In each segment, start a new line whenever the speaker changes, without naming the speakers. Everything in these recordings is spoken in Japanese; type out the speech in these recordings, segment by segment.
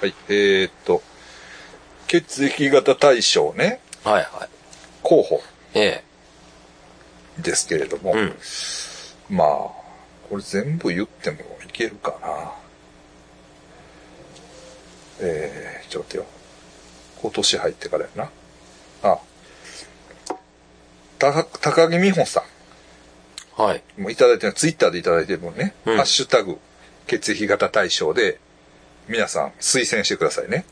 はい、えー、っと、血液型対象ね、
はいはい。
候補
え
ですけれども、
え。うん。
まあ、これ全部言ってもいけるかな。えー、ちょっと待ってよ。今年入ってからやな。あ、た高木美穂さ
はい。
んもういただいてる、ツイッターでいただいてるもんね、
うん
ハッシュタグ、血液型対象で、皆さん推薦してくださいね。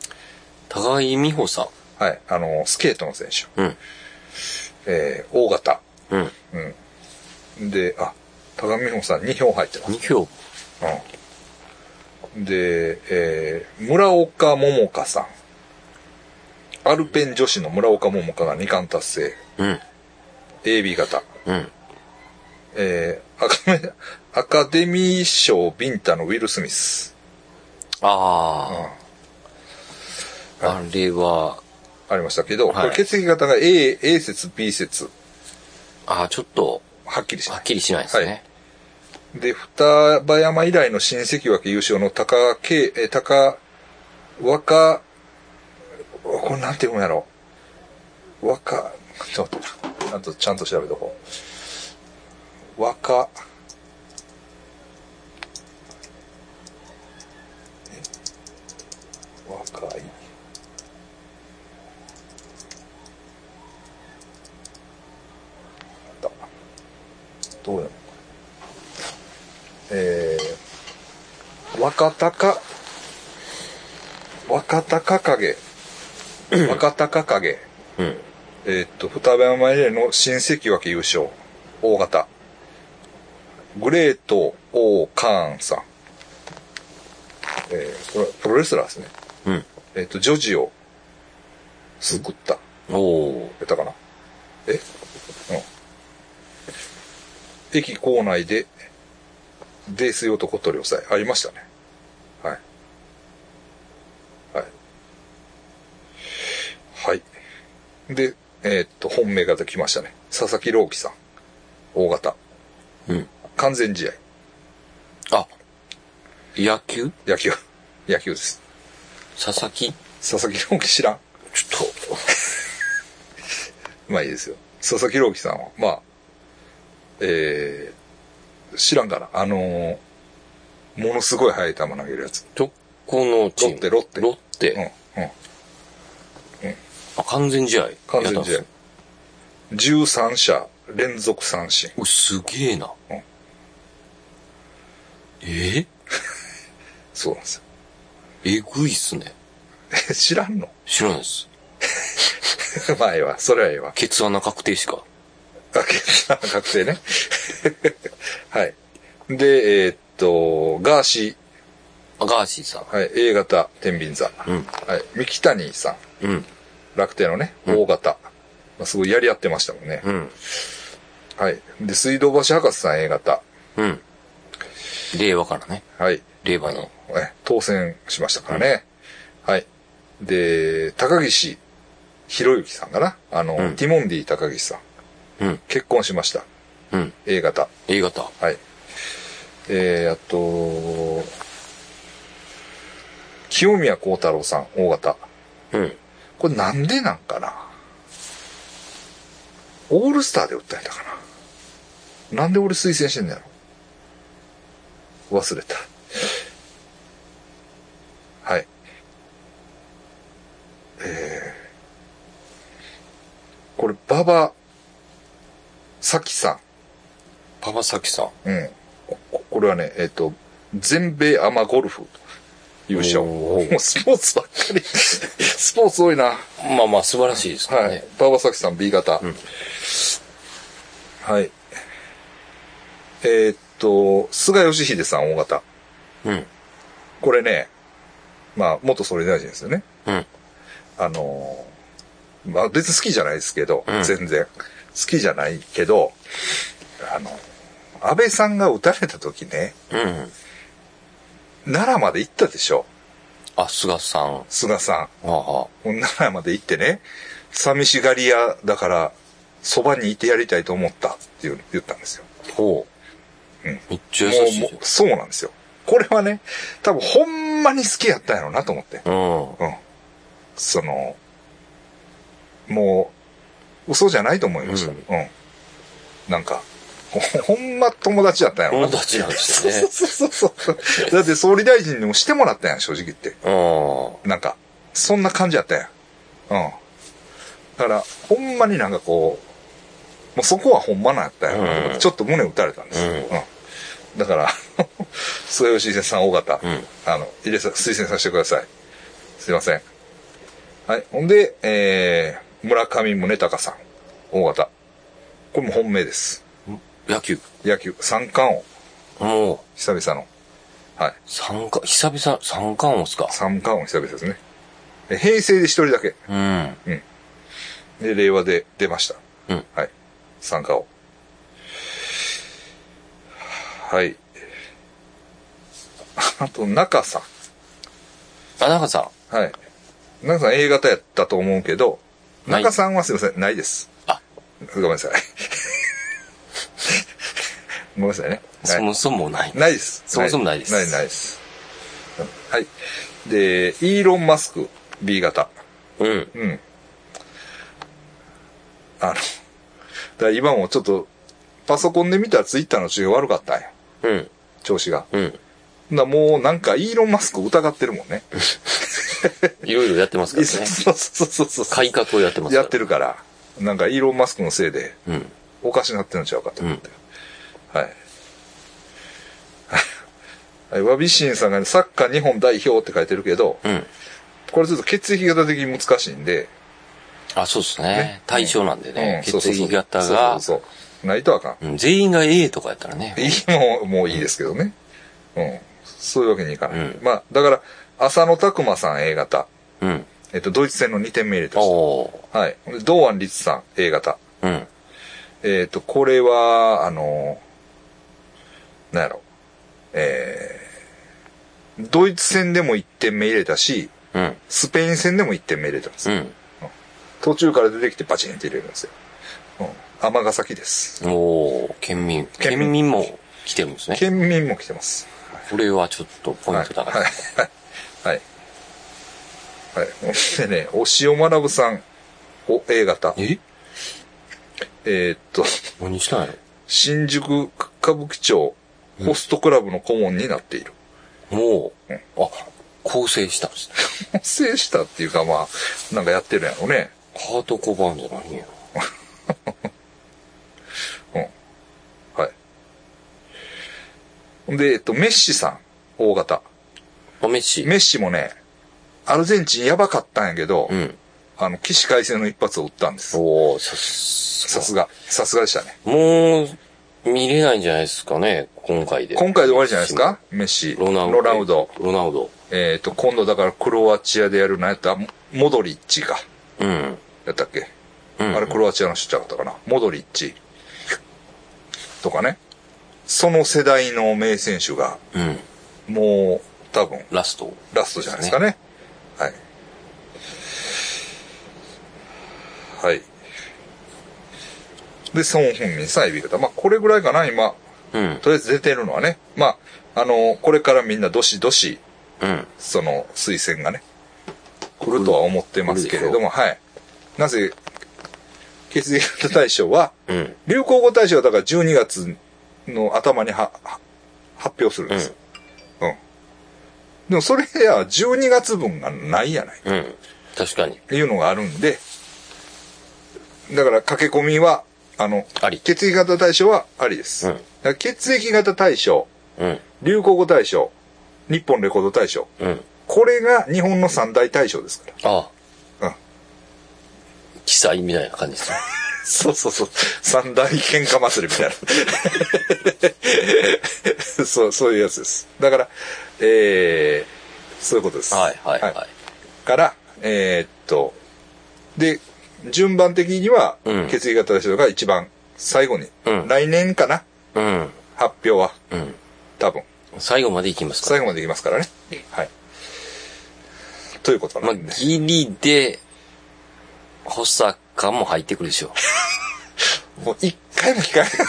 高木美穂さ
はい。あの、スケートの選手。
ん。うん。
えー、大型。
うん。
うん。で、あ、高見穂さん2票入ってます。
二票。
うん。で、えー、村岡桃佳さん。アルペン女子の村岡桃佳が2冠達成。
うん。
AB 型。
うん。
えー、アカメアカデミー賞ビンタのウィル・スミス。
ああ。あれは、
ありましたけど、
は
こ
い
れ血液型が A、A 説、B 説、
ああ、ちょっと、
はっきりし
は
ない
っ。きりしないですね。
で、双葉山以来の新関脇優勝の高慶、えー、高、若、これなんて読むんやろ。若、ちょっと待ってな、ちゃんと、ちゃんと調べとこう。若、え若い。あったどうやろうえー、若隆、若隆景、若隆景、
うん。
えーっと、双葉山リレーの新関脇優勝、大型、グレート・オー・カーンさん、えー、これはプロレスラーですね。
うん。
えーっと、ジョジを救った、や
おー。
ったかなえうん。駅構内で、泥酔男取り押さえ、ありましたね。はい。はい。はい。で、えーっと、本命ができましたね。佐々木朗希さん。大型。
うん。
完全試合。
あ、野球
野球。 野球です。
佐々木
佐々木朗希知らん。
ちょっと、
まあいいですよ。佐々木朗希さんは、まあ、えー、知らんから。あのーものすごい速い球投げるやつ。
どこのチーム
ロッテロッテ
ロッテ。
うん、うん。
あ、完全試合。
完
やっ
全
たんで
試
す
合
よ。。
13者連続三振。
おすげえな。
うん
え
そうなんですよ。
えぐいっすね。
え 知らんの
知らないです。
まあええわ。それはええわ。
ケツ穴確定しか。
あ、決断確定ね。 はい。で、えーっと、ガーシ
あガーシーさん。
ー、はい、A 型天秤座。
うん。
はい、三木谷さん、
うん。
楽天のね、
ん
O 型。まあ、すごいやり合ってましたもんね。
うん。
はい。で、水道橋博士さん A 型。
うん。令和からね。
はい。
令和の。
え当選しましたからね。はい。で、高岸博之さんかなあの、
うん
ティモンディ高岸さん。
うん。
結婚しました。
うん。
A 型。
A 型。
はい。えー、あと、清宮幸太郎さん、O 型。
うん。
これなんでなんかなオールスターで打ったんだかななんで俺推薦してんだやろ忘れた。はい。えー、これ、馬場咲さ
パパサキさん。
ん。うん。ここれはね、えっ、と、全米アマゴルフ優勝。も
おー
うスポーツばっかり。スポーツ多いな。
まあまあ素晴らしいですか
は
ら
い
ね。。
馬場咲さん B 型。
ん
はい。えーっと、菅義偉さん O 型。
うん。
これね、まあ、元総理大臣ですよね。
うん。
あのーまあ別に好きじゃないですけど、
うん
全然。好きじゃないけど、あの、安倍さんが撃たれた時ね、
うん。
奈良まで行ったでしょ、
あ、菅さん。は
菅さ
あ、はあ、
ん。奈良まで行ってね、寂しがり屋だから、そばにいてやりたいと思ったっていう言ったんですよ。
ほう。
うん
めっちゃ優しいじ
もうもうそうなんですよ。これはね、多分ほんまに好きやったんやろうなと思って。
うん。
うん。その、もう、嘘じゃないと思いました。
う
うんん。なんか、ほ ほんま友達やったんやろう
友
な。
達なんです
そう
よね。
そうそうそう。だって総理大臣にもしてもらったやん、正直言って。
うん。
なんか、そんな感じやったやん。うん。だから、ほんまになんかこう、もうそこはほんまなんやったやん、
うん
ちょっと胸打たれたんですよ。
うん
だから、 末吉伊勢さん、尾形、
うん
あの、入れさ、推薦させてください。すいません。はい。ほんで、えー、村上宗隆さん、大型。これも本命です。
野球。
野球、三冠王、
もう、
久々の。はい。
三冠、久々、三冠王っすか。
三冠王久々ですね。え平成で一人だけ。
うん。
で、令和で出ました。
うん。
はい。参加を。はい。 あと、中さ
あ、中さん。
ん。はい。中さん A 型やったと思うけど、
ない
中さんはすいません、ないです。
あ、
ごめんな さい。ごめんなさいね。
そ
はい
もそもない。
ないです。
そもそもないです
ない、ないです。うんはい。で、イーロン・マスク、B 型。
うん。
うん。あの、だから今もちょっと、パソコンで見たらツイッターの中が悪かったんや。
うん。
調子が。
うん。
ほんだらもうなんかイーロンマスク疑ってるもんね。
いろいろやってますか
そう
らね。
そうそうそうそ
改革をやってま
う。
すから。
やってるから、なんかイーロンマスクのせいで
うん。
おかしなってんのちゃうかと思って。はい。はい。ワビシンさんが、ね、サッカー日本代表って書いてるけど、
うん。
これちょっと血液型的に難しいんで、
あ、そうですね。対象なんでね。
うんそう
血
そうそう
液型が、
そうそうそう。ないとあかん。
うん全員が A とかやったらね。
いいもんもういいですけどね。うん。そういうわけにいかない。
うん
まあ、だから、浅野拓磨さん A 型。
うん。
えっと、ドイツ戦の2点目入れた人。
おー。
はい。で堂安律さん A 型。
うん。
えっと、これは、あのー、なんやろ。えー、ドイツ戦でも1点目入れたし、
うん。
スペイン戦でも1点目入れたんです
う
よ。
ん。
途中から出てきてパチンって入れるんですよ。うん。尼崎です。
おー。県民。
県
県
民
民も来てるんですね。
県民も来てます。
これはちょっとポイント高。
はいい。はい。はい。はい、でね、押尾学さん、お、A 型。え
え
ーっと、
何したんやろ
新宿歌舞伎町ホストクラブの顧問になっている。
もう、あ、構成したんですね。
制したっていうかまあ、なんかやってるやろね。
ハートコバンじゃないんや。
はい。ほんで、えっと、メッシさん、大型。
あ、メッシ。
メッシもね、アルゼンチンやばかったんやけど、
うん。
あの、起死回生の一発を打ったんです。
おー、さ
さ
す
すが。さすがでしたね。
もう、見れないんじゃないですかね、今回で。
今回で終わりじゃないですかメッシ。
ロナウド。
ロナウド。。
ロナウド。
えっ、と、今度だからクロアチアでやるなんやったモモドリッチか。
うん。
やったっけ、
うん、
あれクロアチアの人ちゃうかったかな。モドリッチ。とかね。その世代の名選手が、
うん。
もう、多分、
ラスト。
ラストじゃないですかね。はい。はい。で、ソン・フンミンさん、エビ型。まあ、これぐらいかな、今。
うん。
とりあえず出てるのはね。まあ、あの、これからみんなどしどし、
うん。
その推薦がね、来るとは思ってますけれども、はい。なぜ、血液型大賞は、
うん。
流行語大賞はだから12月の頭にはは発表するんですよ。うん。でもそれや12月分がないやない。
うん。確かに。
いうのがあるんで、だから駆け込みは、あの、
あり
血液型大賞はありです。
うん
だから血液型大賞、
うん。
流行語大賞、日本レコード大賞、
うん。
これが日本の三大大賞ですか
あ
ら。うん。
記載みたいな感じ ですね。
そうそうそう。三大喧嘩祭りみたいな。 そう、そういうやつです。だから、えー、そういうことです。
はいはいはい。
から、えーっと、で、順番的には
うん、
決意型の人が一番最後に、
うん
来年かな
うん。
発表は、
うん。
多分。
最後まで行きますか
最後までいきますからね。はい。ということ
ま
な
あ、
んで。
ギリで、保坂も入ってくるでしょ
もう一回も聞かへんかった。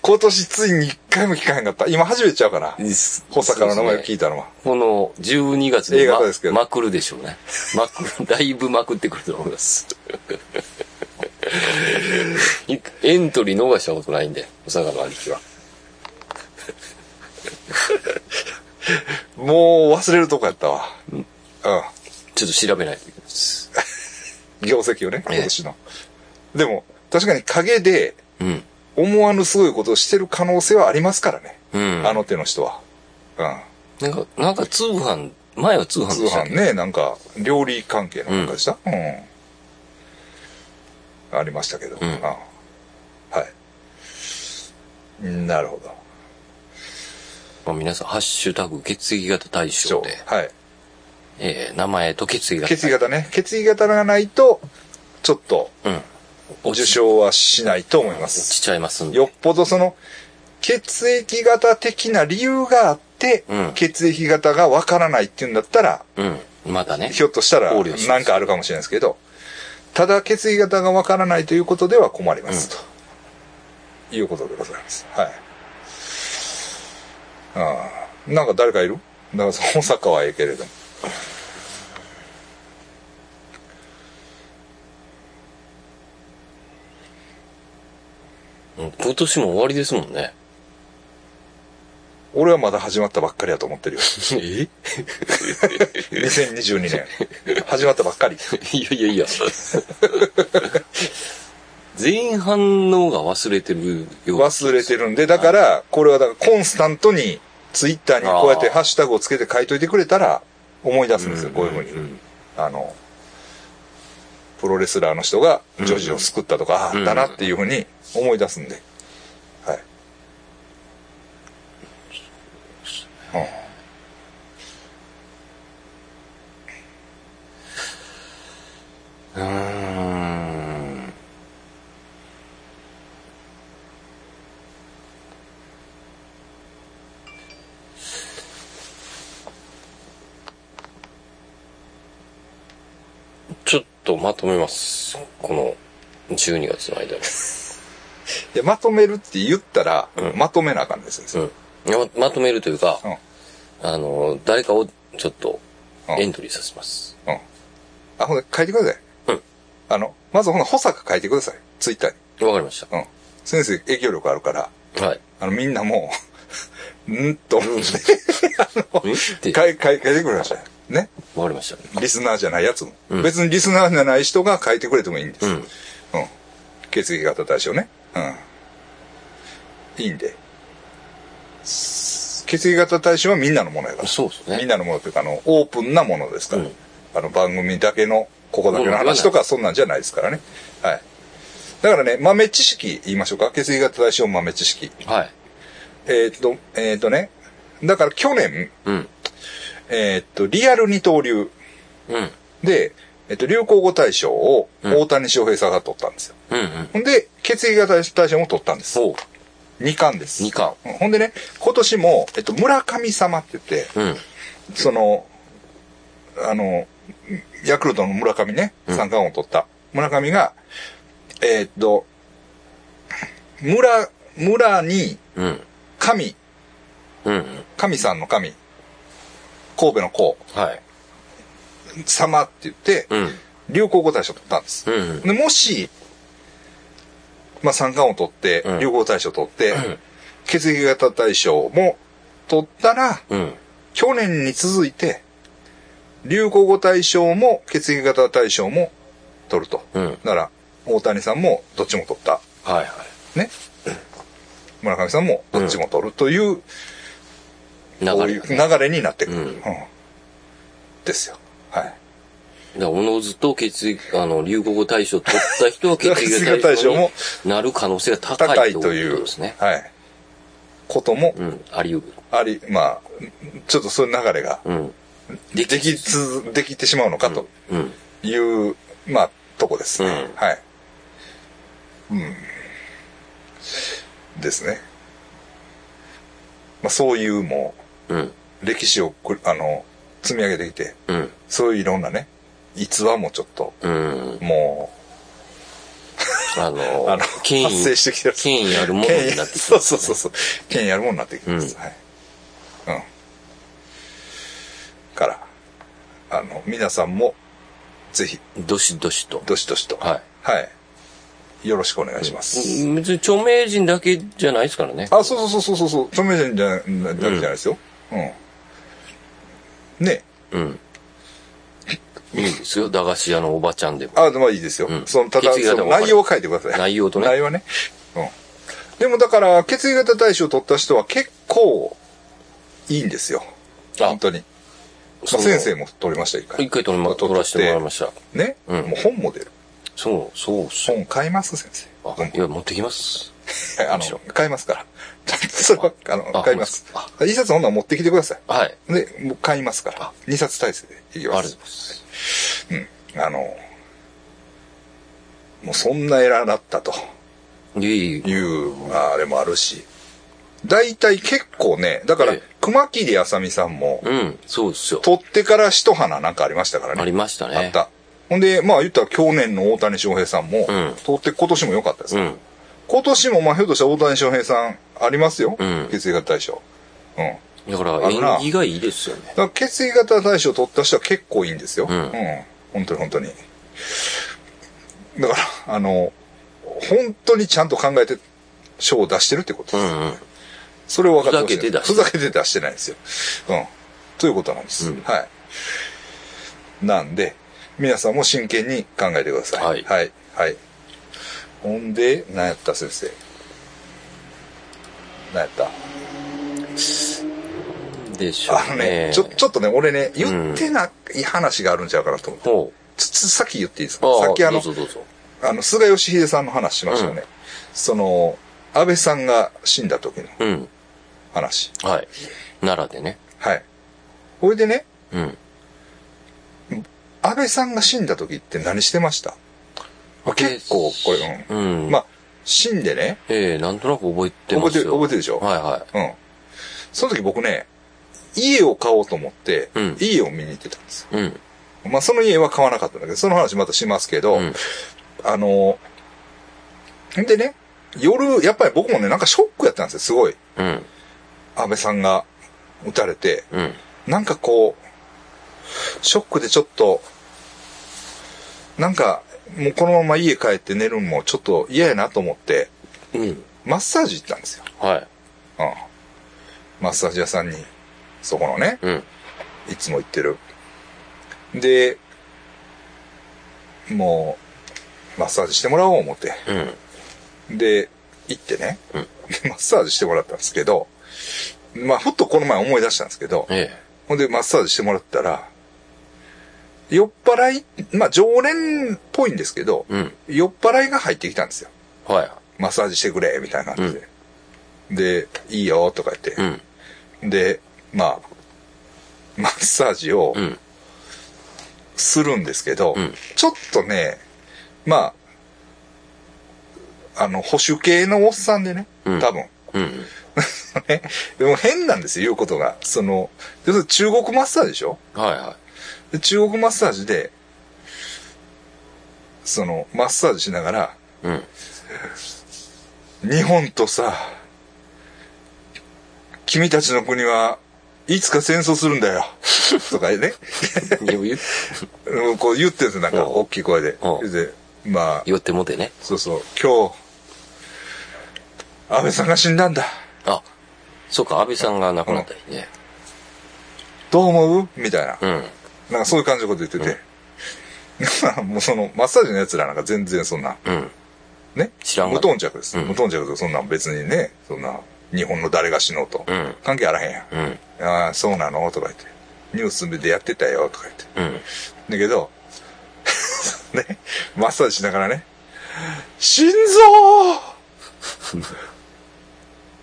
今年ついに一回も聞かへんかった。今初めてちゃうかな。 保
保
坂の名前を聞いたのは。
この12月に
A
ま
型ですけど
まくるでしょうね。まく、 だいぶまくってくると思います。 いエントリー逃したことないんで、小坂の兄貴は。
もう忘れるとこやったわ。うん。
ちょっと調べないといけないです。
業績をね、
ええ
今年の。でも、確かに影で
うん。
思わぬすごいことをしてる可能性はありますからね。
うん。
あの手の人は。うん。
なんか、なんか通販、前は通販
通
でしたっ
販
け
ね、なんか、料理関係のなんかでした、うん、ありましたけど。
ん
あはい。なるほど。
まあ、皆さん、ハッシュタグ、血液型対象で、
はい。
えー、名前と血液型。
血液型ね。血液型がないと、ちょっと、
うん。落
受
ち
賞はしないと思いま
落
す。
ちちゃいますんで。
よっぽどその、血液型的な理由があって、
うん
血液型がわからないっていうんだったら、
うん。まだね。
ひょっとしたら
考慮します
なんかあるかもしれないですけど、ただ血液型がわからないということでは困ります、ということでございます。はい。ああ、なんか誰かいるなんか大阪はええけれども。
うん今年も終わりですも んね。
俺はまだ始まったばっかりやと思ってるよ。
え
2022年。始まったばっかり。
いやいやいや。前半のが忘れてるような
忘れてるんで、だから、これはだからコンスタントに、ツイッターにこうやってハッシュタグをつけて書いといてくれたら、思い出すんですよ、こういうふうに。
ん
あの、プロレスラーの人がジョージを救ったとか、あ
うん
あったなっていうふうに思い出すんで。はい。
うーん。ちょっとまとめます。この12月の間
で、まとめるって言ったら、まとめなあかんですよ。
に。うん。ままとめるというか、
うん
あの、誰かをちょっと
うん
エントリーさせます。
うん。あ、ほんで書いてください。
うん
あの、まずほんな保坂書いてください。ツイッターに。
わ、かりまし
うん。先生影響力あるから、
た。はい。
あの、みんなもう、 んーっと思って、
えって、
書い書い書いてくれましたよ。ね。
わかりました。
リスナーじゃないやつも。
うん
別にリスナーじゃない人が書いてくれてもいいんです。
うん。
うん。血液型対象ね。うん。いいんで。血液型対象はみんなのものやから。
そうですね。
みんなのものというか、あの、オープンなものですから。
うん
あの、番組だけの、ここだけの話とか、そんなんじゃないですからね。はい。だからね、豆知識言いましょうか。血液型対象豆知識。
はい。
えーっと、えーっとね。だから去年、
うん。
えーっと、リアル二刀流
うん。
で、えっと、流行語大賞を大谷翔平さんが取ったんですよ。
うんうん。
ほんで、血液型大賞も取ったんです。
そう。
2冠です。
二冠
うんほんでね、今年も、えっと、村神様って言って、
うん。
その、あの、ヤクルトの村上ね、
ん
三冠王を取った。村上が、えーっと、村、村に
うん。
神、
うんうん。
神さんの神、神戸の子、
はい。
様って言って、
うん。
流行語大賞取ったんです。
うんうん。
でもし、まあ、三冠を取って
う、ん
流行大賞を取って、
ん
血液型大賞も取ったら、
うん。
去年に続いて、流行語大賞も血液型大賞も取ると。
うん。はい
だから、大谷さんもどっちも取った。
はい。
ね。村上さんもどっちも取るという、こう
流
い
れ
う
がね。
流れになってくる。
うん
うんですよ。はい。
だおのずと血液、あの、流行語大賞取った人は血液
血液
型
型大
大賞
賞
に
も
なる可能性が高い
高いとい
こ
う、
ですね。
はい。ことも
うん。あり得
あり、まあ、ちょっとそういう流れが
る。うん。
できつ、できてしまうのかと
うん。
いう、まあ、とこですね。
うん
はい。うん。ですね。まあ、そういうも
うん。
う、歴史をく、あの、積み上げてきて、
うん。
そういういろんなね、逸話もちょっと、
うん。
もう、
あの、
あの、
権
発生
威、
してきてる。
権威あるもの
権威
になってき
そ
ま
うそ
すね
うそうそう。権威あるものになってきます。
う
はい。うん。から、あの、皆さんも、ぜひ、
どしどしと。
どしどしと。
はい。
はい。よろしくお願いします。
うん別に著名人だけじゃないですからね。
あ、そうそうそうそうそう、著名人じゃなだけじゃないですよ。うん。ね。
うん。いいですよ、駄菓子屋のおばちゃんでも。
あ、まあいいですよ。
うん
その、ただ、
血液型
その
分かる
内容を書いてください。
内容とね
内容はね。うん。でもだから、血液型大賞を取った人は結構、いいんですよ。
あ
本当に。ま
そ
あ
の
先生も取りました、一回。
一回取りま、取らせてもらいました。
ね。
うん
もう本も出る。
そう、そう、そう。
本買います、先生。
あ
本
いや、持ってきます。
あの、買いますから。 それは、あの、
あ
買います
あ。
一冊本なら持ってきてください。
はい。
で、もう買いますか
あ
ら。二冊体制でいき
ありがと
ま
うござ
す
い。ます。
あの、もうそんな偉だったと
いえいえ
いう、あれもあるし、大体結構ね、だから
ええ、
熊切あさみさんも、
うん、そうですよ。
取ってから一花なんかありましたからね。
ありましたね。
あった。ほんで、まあ言ったら去年の大谷翔平さんも、
うん
取って今年も良かったです。
うん。
今年も、まあひょっとしたら大谷翔平さんありますよ。
うん
血液型大賞。うん。だ
だから、
あの
演
な
技がいいですよね。
から血液型大賞取った人は結構いいんですよ。
うん
本当に本当に。だから、あの、本当にちゃんと考えて賞を出してるってこと
う
です。
んうん。
それを分かってほしい
ふざけて出して
ふざけて出してないんですよ。うん。ということなんです。
うん
はい。なんで、皆さんも真剣に考えてください。
はい
はい。はい。ほんで、何やった先生。何やった
でしょ
あ
う
の
ね
ね、。ちょ、ちょっとね、俺ね、言ってない話があるんちゃうかなと思って。
ほ
つつさっき言っていいです
う。
か
ああ、
さっきあの
どう、ぞどうぞ。
あの、菅義偉さんの話しましたよね。その、安倍さんが死んだ時の
うん。
話。
はい。奈良でね。
はい。ほいでね、
うん。
安倍さんが死んだ時って何してましたまあ結構、これ、
う。
うんん。まあ、死んでね、
ええなんとなく覚えて
覚
ま
えて
す
る、
よ。
覚えてるでしょ、
はいはい。
うん。その時僕ね、家を買おうと思って、
うん
家を見に行ってたんですよ。
うん。
まあ、その家は買わなかったんだけど、その話またしますけど、
うん
あの、んでね、夜、やっぱり僕もね、なんかショックやったんですよ、すごい。
うん。
安倍さんが撃たれて、
うん。
なんかこう、ショックでちょっと、なんか、もうこのまま家帰って寝るのもちょっと嫌やなと思って、
うん。
マッサージ行ったんですよ。
はい。
うん。マッサージ屋さんに、そこのね、
うん。
いつも行ってる。で、もう、マッサージしてもらおう思って。
うん。
で、行ってね、
うん
でマッサージしてもらったんですけど、まあ、ふっとこの前思い出したんですけど、
え
ほんで、マッサージしてもらったら、酔っ払い、まあ、常連っぽいんですけど、
え。うん。
酔っ払いが入ってきたんですよ。
は
マッサージしてくれ、みたいな感じで。で、いいよ、とか言って
い。う。ん。
で、まあ、マッサージを
うん。
するんですけど、
うん
ちょっとね、まあ、あの、保守系のおっさんでね、
うん
多分。
うん。
ねでも変なんですよ、言うことが。その、要するに中国マッサージでしょ
はいは
で中国マッサージで、その、マッサージしながら、
い。うん。
日本とさ、君たちの国はいつか戦争するんだよ。とか ね、
言
うんこう言ってるんですよなんか
おう
大きい声で
お。う
で、まあ、
言ってもてね。
そうそう、今日、安倍さんが死んだんだ。
あ、そうか、安倍さんが亡くなった日ね。
どう思うみたいな。
うん。
なんかそういう感じのこと言ってて。 もうその、マッサージの奴らなんか全然そんな、
うん。
ね。
知らんわ
無頓着です。
うん
無頓着です。そんなん別にね、そんな、日本の誰が死のうと。
うん
関係あらへんや、
うん。
ん。ああ、そうなのとか言って。ニュースでやってたよ、とか言って。
うん。
だけど、 ね、マッサージしながらね、心臓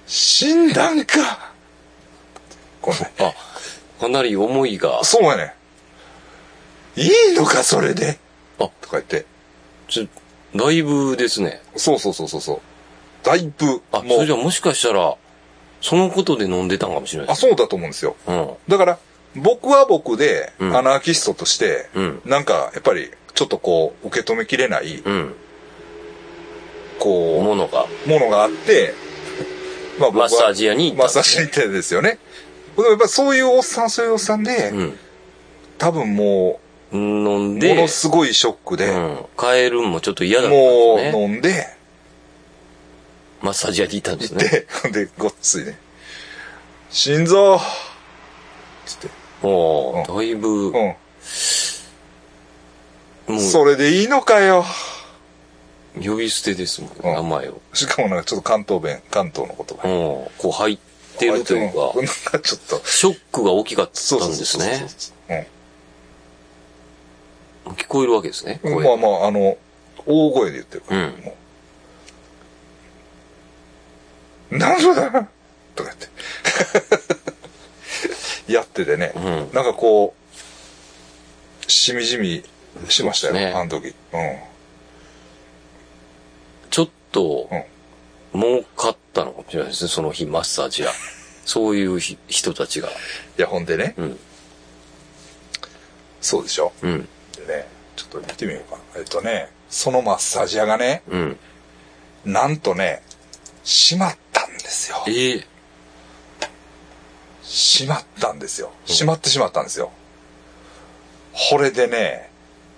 死んだんかこんな
あ、かなり思いが、
そうやねん。いいのか、それで。
あ
とか言って。
ちょ、だいぶですね。
そうそうそうそうそう。だいぶ、
あ、
も
それじ
う、
ゃもしかしたら、そのことで飲んでたんかもしれない
あ、
です。
そうだと思うんですよ。
うん。
だから、僕は僕で、
うん
アナーキストとして、
うん
なんか、やっぱり、ちょっとこう、受け止めきれない、
うん。
こ
ものが、
う、ものがあって、まあ僕
マ
は
ッサージ屋に行
マッ
った。
サージに行ってですよね。でもやっぱそういうおっさん、そういうおっさんで、多分も
うん。飲ん
う、も
で、
のすごいショックで、
うん。帰るんもちょっと嫌だったん
もう
ですね。
飲んで、
マッサージ屋に行ったんですね。
で、 で、ごっついね。心臓つって。
も
うん
う、だいぶ、も
う。、
うん
それでいいのかよ。
呼び捨てですもん、
うん
名前を。
しかもなんかちょっと関東弁、関東の言
う
葉。
ん。こう入ってるというか
う、んなんかちょっと、
ショックが大きかった
そ
ん
うそう
で
そう
す
そう。
ね。
うん。
聞こえるわけですね、声
まあまあ、あの、大声で言ってるから。
うん
もうなんそだとか言って。 やっててね、
う
なんかこう、しみじみしましたよ、
そうですね
あの時。
ちょっと
うん、
儲かったのかもしれないですね、その日、マッサージ 屋。そういうひ人たちが。
うん。いや、ほんでね、
うん。
そうでしょ。
うん。
でね、ちょっと見てみようかな。えっとね、そのマッサージ屋がね、
うん。
なんとね、閉まったんですよ。
ええ。
閉まったんですよ。閉まってしまったんですよ。これでね、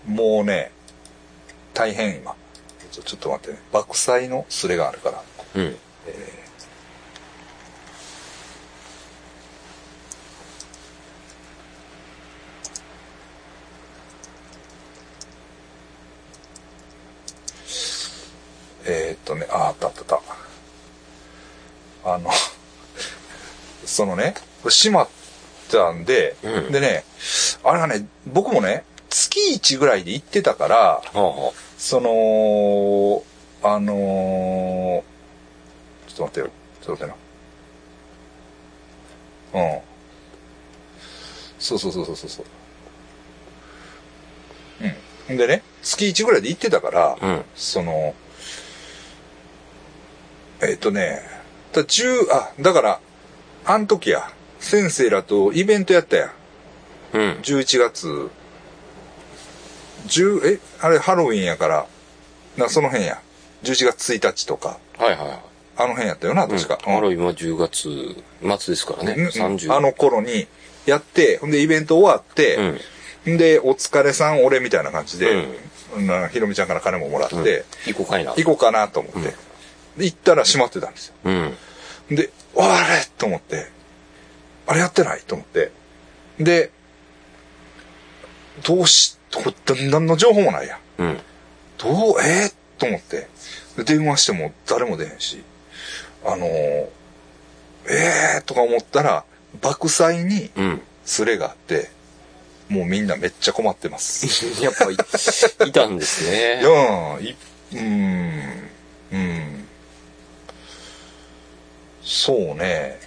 もうね、大変今。ちょちょっと待ってね。爆災のスレがあるから。
うん。
えー、っとね、あ、あったあったあった。あの、 そのね、これ閉まったんで、
うん
でね、あれがね、僕もね、月1ぐらいで行ってたから、
はあは
その、あのーちょっと待ってよ。ちょっと待ってな。うん。そうそうそうそうそうそう。うん。ほんでね、月1ぐらいで行ってたから、
あ。うん。
その、えっ、とね、だ10、あ、だから、あん時や、先生らとイベントやったやん。
うん。
11月、10、え、あれハロウィンやから、なその辺や。11月1日とか、
はいはいはい。
あの辺やったよな、
うん
確か。
ハロウィンは10月末ですからね。
うん
30。
あの頃にやって、ほんでイベント終わって、ん、で、お疲れさん、俺みたいな感じで、なひろみちゃんから金ももらって、
うん。行こうかいな。
行こうかなと思って、で行ったら閉まってたんですよ。
うん。
で、あれと思って、あれやってないと思って。で、どうし、これ、だ何の情報もないやん。
うん。
どう、えーと思って。で電話しても誰も出へんし。あのーえーとか思ったら、爆災に
うん。
スレがあって、もうみんなめっちゃ困ってます。
やっぱ い、いたんですね
いや。ーい、うーん、うん。そうね。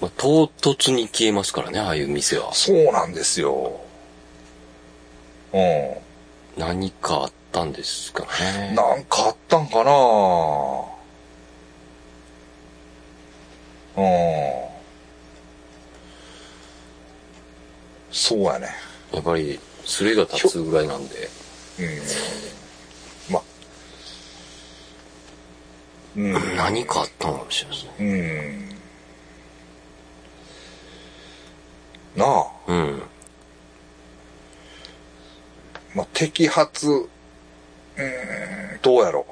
まあ、唐突に消えますからね、ああいう店は。
そうなんですよ。うん。
何かあったんですかね。
なんかあったんかなうん。そうやね。
やっぱり、スレが立つぐらいなんで。
うん。ま、うん。
何かあったのかもしれないですね。
うん。なあ。
うん。
まあ、摘発、うーん、どうやろ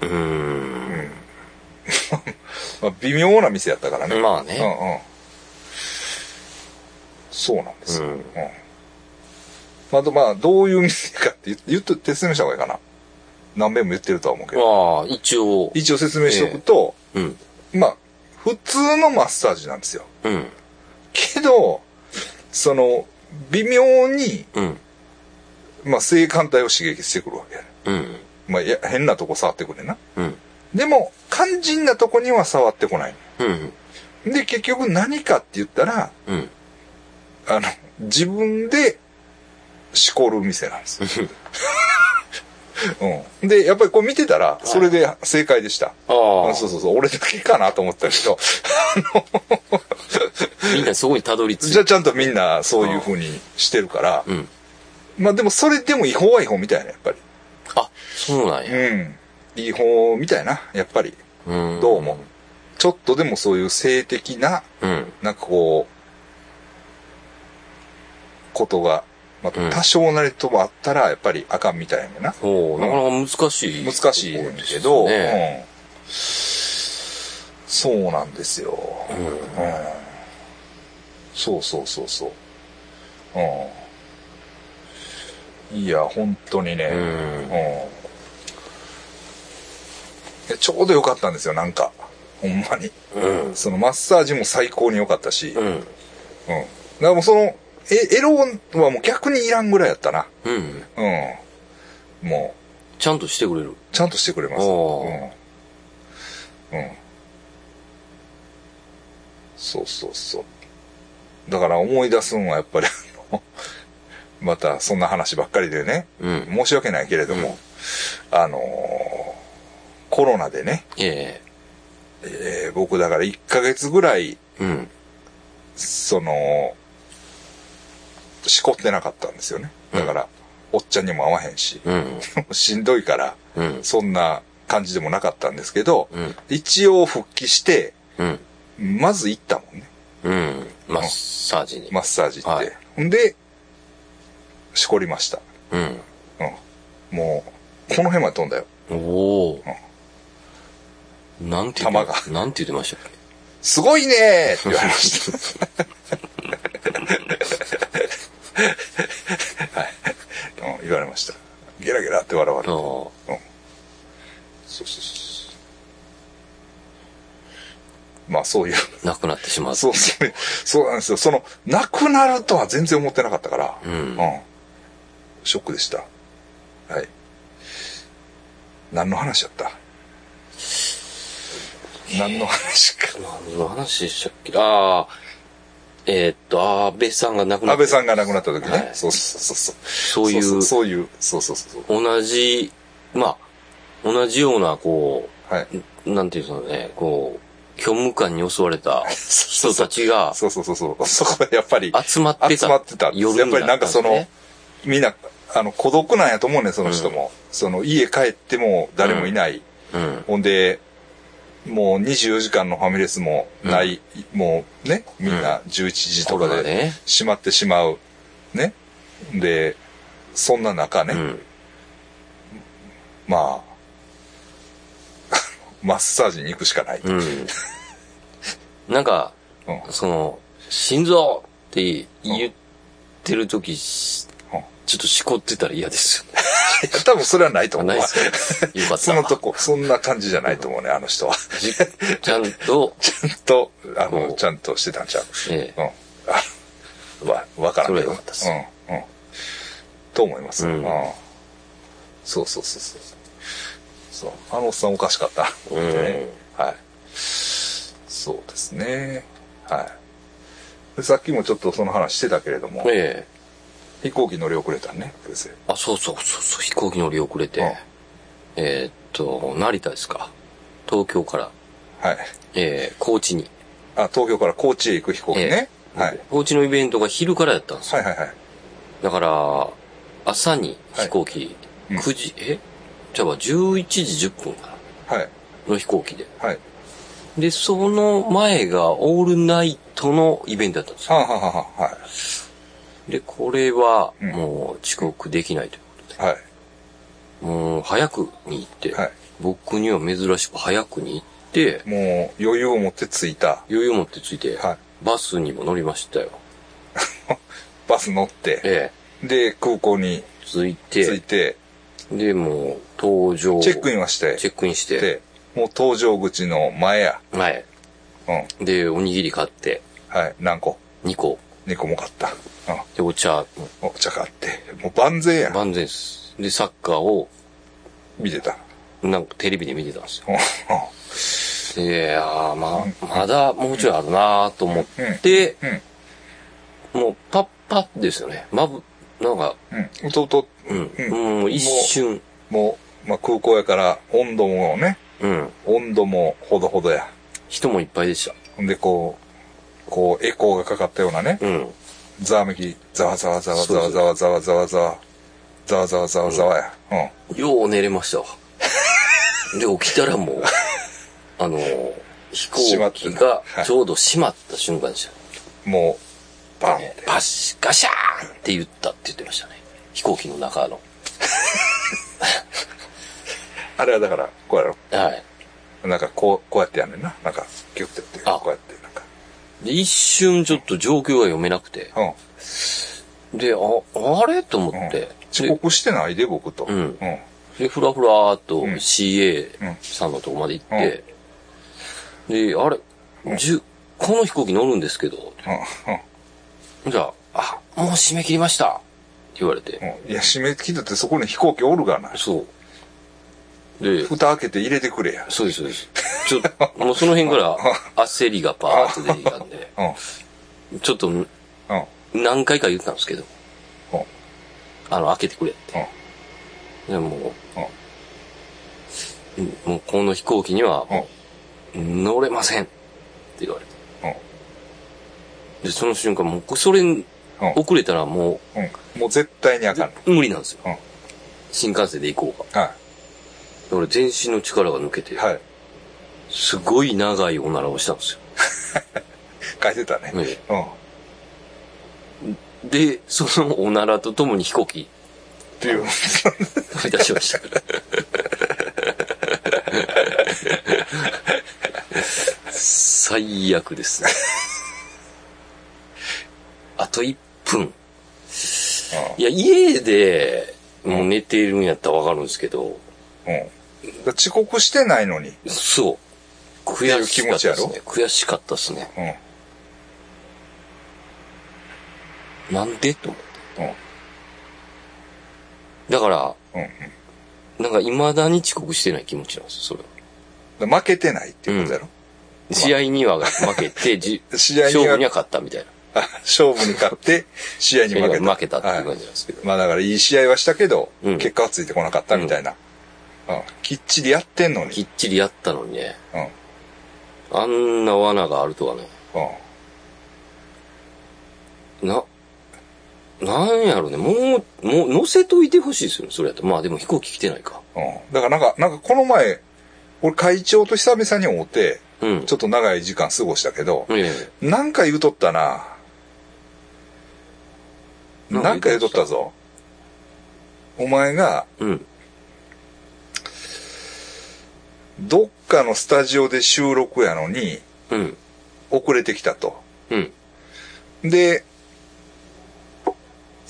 うーん。
う。まあ、微妙な店やったからね。
まあ
うん
ね。
うん。そうなんですよ。
うん
うん。まあ、どまあ、どういう店かって言言っと、説明した方がいいかな。何遍も言ってるとは思うけど。
まあ、一応。
一応説明しておくと、
うん。
まあ、普通のマッサージなんですよ。
うん。
けど、その、微妙に、
うん。
まあ、性感帯を刺激してくるわけやね。
うん。
まあ、いや変なとこ触ってくれな。
うん。
でも、肝心なとこには触ってこない。
うん。
で、結局何かって言ったら、
うん。
あの、自分で、しこる店なんですよ。うん。で、やっぱりこう見てたら、それで正解でした。
ああ。
そうそうそう、俺だけかなと思ったけど、
みんなそこにたどり着い
じゃあ
て。
ちゃんとみんなそういう風にしてるから、
うん。
まあでもそれでも違法は違法みたいな、やっぱり。
あ、そうなんや。
うん。違法みたいな、やっぱり。
うん。
どうも。ちょっとでもそういう性的な、
うん。
なんかこう、ことが、まあ
うん
多少なりともあったら、やっぱりあかんみたいなな。
おうなかなか難しい。
難しいんだけど、
ですね
うんそうなんですよ、うんそうそうそうそう。うん、いや、本当にね、
う
うん
ん。
でちょうど良かったんですよ、なんか。ほんまに。
うん。
そのマッサージも最高に良かったし、うん。だ
うん。
からもうその、えエロはもう逆にいらんぐらいやったな。
うん。
うん。もう。
ちゃんとしてくれる。
ちゃんとしてくれます。
お
うん。うん。そうそうそう。だから思い出すんはやっぱりあの、 またそんな話ばっかりでね、
うん。
申し訳ないけれども、あのーコロナでね、
え
えー僕だから1ヶ月ぐらい、
え。うん。
その、しこってなかったんですよね。だから、おっちゃんにも会わへんし、
うん。
しんどいから、
うん。
そんな感じでもなかったんですけど、
うん。
一応復帰して、
うん。
まず行ったもんね。
うん。マッサージに。
マッサージって。
はい
ほんで、しこりました。
うん。
うん。もう、この辺まで飛んだよ。
おお。なんて言って
玉が
なんて言ってましたっ
すごいねーって言われました。 はい、うん。言われました。ゲラゲラって笑われ
けあ
て。
あ。
そうそうそう。まあそういう、
なくなってしまう。
そうそういう、そうなんですよ。その、なくなるとは全然思ってなかったから。
うん。
うん。ショックでした。はい。何の話だった何の話 か。
何の話でしたっけああ。えーっと、ああ安倍さんが亡くな
安
っ
倍
て
さんが亡くなった時ね。
はい
そうそうそうそう。
そういう
そうそういう、そうそうそう。
同じ、まあ、同じような、こ
はい。
う、なんていうんですかね、こう、虚無感に襲われた人たちが
そうそうそうそう。そこでやっぱり
集まってた。
集まってたんです。やっぱりなんかその、みんな、あの、孤独なんやと思うね、その人も。その、家帰っても誰もいない。
うん。
ほんで、もう24時間のファミレスもない、もうね、みんな11時と
コロ
か
ナ
で
ね。
閉まってしまう。ね。で、そんな中ね、
うん。
まあ、 マッサージに行くしかない。
うん。なんか、
うん
その、心臓って言ってる時、し
うん
ちょっとしこってたら嫌ですよね。
多分それはないと思う
ない
わ
で。すよ。よかった。
そのとこ、そんな感じじゃないと思うね、あの人は。
じちゃんと、
ちゃんと、あ
う
の、
ん
ちゃんとしてたんちゃう
え
うん。あわ、わからん け
それは
ど。
良かったです
うん、うん。と思います。
う
うんん。そうそうそうそう。そう。あのおっさんおかしかった。
うん
ねはい。そうですね。はい。でさっきもちょっとその話してたけれども
え、ええ。
飛行機乗り遅れたね、先生。
あ、そうそうそうそう、飛行機乗り遅れて、
うん
えーっと、成田ですか。東京から、
はい。
えー、高知に。
あ、東京から高知へ行く飛行機ね。はい。
高知のイベントが昼からやったんですよ。
はいはいはい。
だから、朝に飛行機、
うん
9時、えじゃあ11時10分かな
はい。
の飛行機で。
はい。
で、その前がオールナイトのイベントだったんですよ。
はあ、はあはあ、は
で、これは
うん
もう遅刻できないということで、
い。はい。
もう早くに行って、
はい
僕には珍しく早くに行って、
もう余裕を持って着いた。
余裕を持ってついて、
はい。
バスにも乗りましたよ。
バス乗って、
ええ。
で、空港に
つい
着い
て、
て、
で、もう、登場。
チェックインはして、
チェックインして。
で、もう搭乗口の前や。
はい。
うん。
で、おにぎり買って、
はい。何個
2個。
?2 個も買った。うん。
で、お茶、
お茶買って。もう万全や。
万全です。で、サッカーを、
見てた。
なんかテレビで見てたんですよ。
うん。うん
で、いやーまあ、まだもうちょいあるなーと思って、
うん
もう、パッパッですよね。まぶ、なんか、
うん。弟、
うん、
うん
もう一瞬、
もう、まあ、空港やから、温度もね、
うん、
温度もほどほどや。
人もいっぱいでし
ほんで、こう、こう、エコーがかかったようなね、
た。うん、
ざわめき、ざわざわざわざわざわざわざわざわ、ざわざわざわざわや。うん。
よう寝れま したわ。で、起きたらもう、あの、飛
閉ま
行
って
機
んだ
が
はい
ちょうど閉まった瞬間でした。
もう、バン。
パシガシャーンって言ったって言ってましたね。飛行機の中の。
あれはだから、こうや
はい。
ろ。なんかこう、こうやってやんねんな。なんか、ギュッてやって、
あ
こうやって、なんか。
で一瞬ちょっと状況が読めなくて。
うん。
で、あ、あれと思
うん
って。
遅刻してないで、僕と。
うん
うん。
で、ふらふらーっと
ん
CA さんのとこまで行って、で、あれ、じゅこの飛行機乗るんですけど、
うん。
じゃあ、あ、もう締め切りましたって言われて、
うん。いや、締め切ったってそこに飛行機おるがな。
そう。で、
蓋開けて入れてくれや。
そうです、そうです。ちょっと、もうその 辺から焦りがパーッと出てきたんで、
うん。うん。
ちょっと
うん。
何回か言ったんですけど、
うん。
あの、開けてくれって。でもう、もうこの飛行機には
うん。
乗れませんって言われて。
うん。
で、その瞬間、もう、それ、遅れたらも
うん。もう絶対にあかんの。
う、無理なんですよ。
うん
新幹線で行こうか。
は
だから全身の力が抜けて、
い。はい。
すごい長いおならをしたんですよ。
書いてたね。
え
うん。
えで、そのおならとともに飛行機、
っていう。
飛び出しました。最悪ですね。あと1分。いや、家で、もう寝ているんやったらわかるんですけど、
うん。うん。遅刻してないのに。
そう。悔しかったです
って
ね。悔しかったですね。
うん。
なんでと思って。
うん。
だから、
うん
なんか未だに遅刻してない気持ちなんですよ、それ
う
は。
ん。負けてないっていうことやろ。
試合には負けて、じ
試合には
勝負には勝ったみたいな。
あ 勝負に勝って、試合に負け
試合に
た。
は負けたっていう感じな
は
んですけど。
まあだからいい試合はしたけど、
うん
結果はついてこなかったみたいな。うん。きっちりやってんの
き
に。
っちりやったのにね、
うん。うん。
あんな罠があるとはね、な、なんやろね、もう、もう乗せといてほしいですよね、それやと。まあでも飛行機来てないか。
うん。だからなんか、なんかこの前、俺会長と久々に会うて、
うん。
ちょっと長い時間過ごしたけど、
ええ
なんか言うとったな。なんか言うとったぞ。お前が、
うん。
どっかのスタジオで収録やのに、
うん。
遅れてきたと。
うん。
で、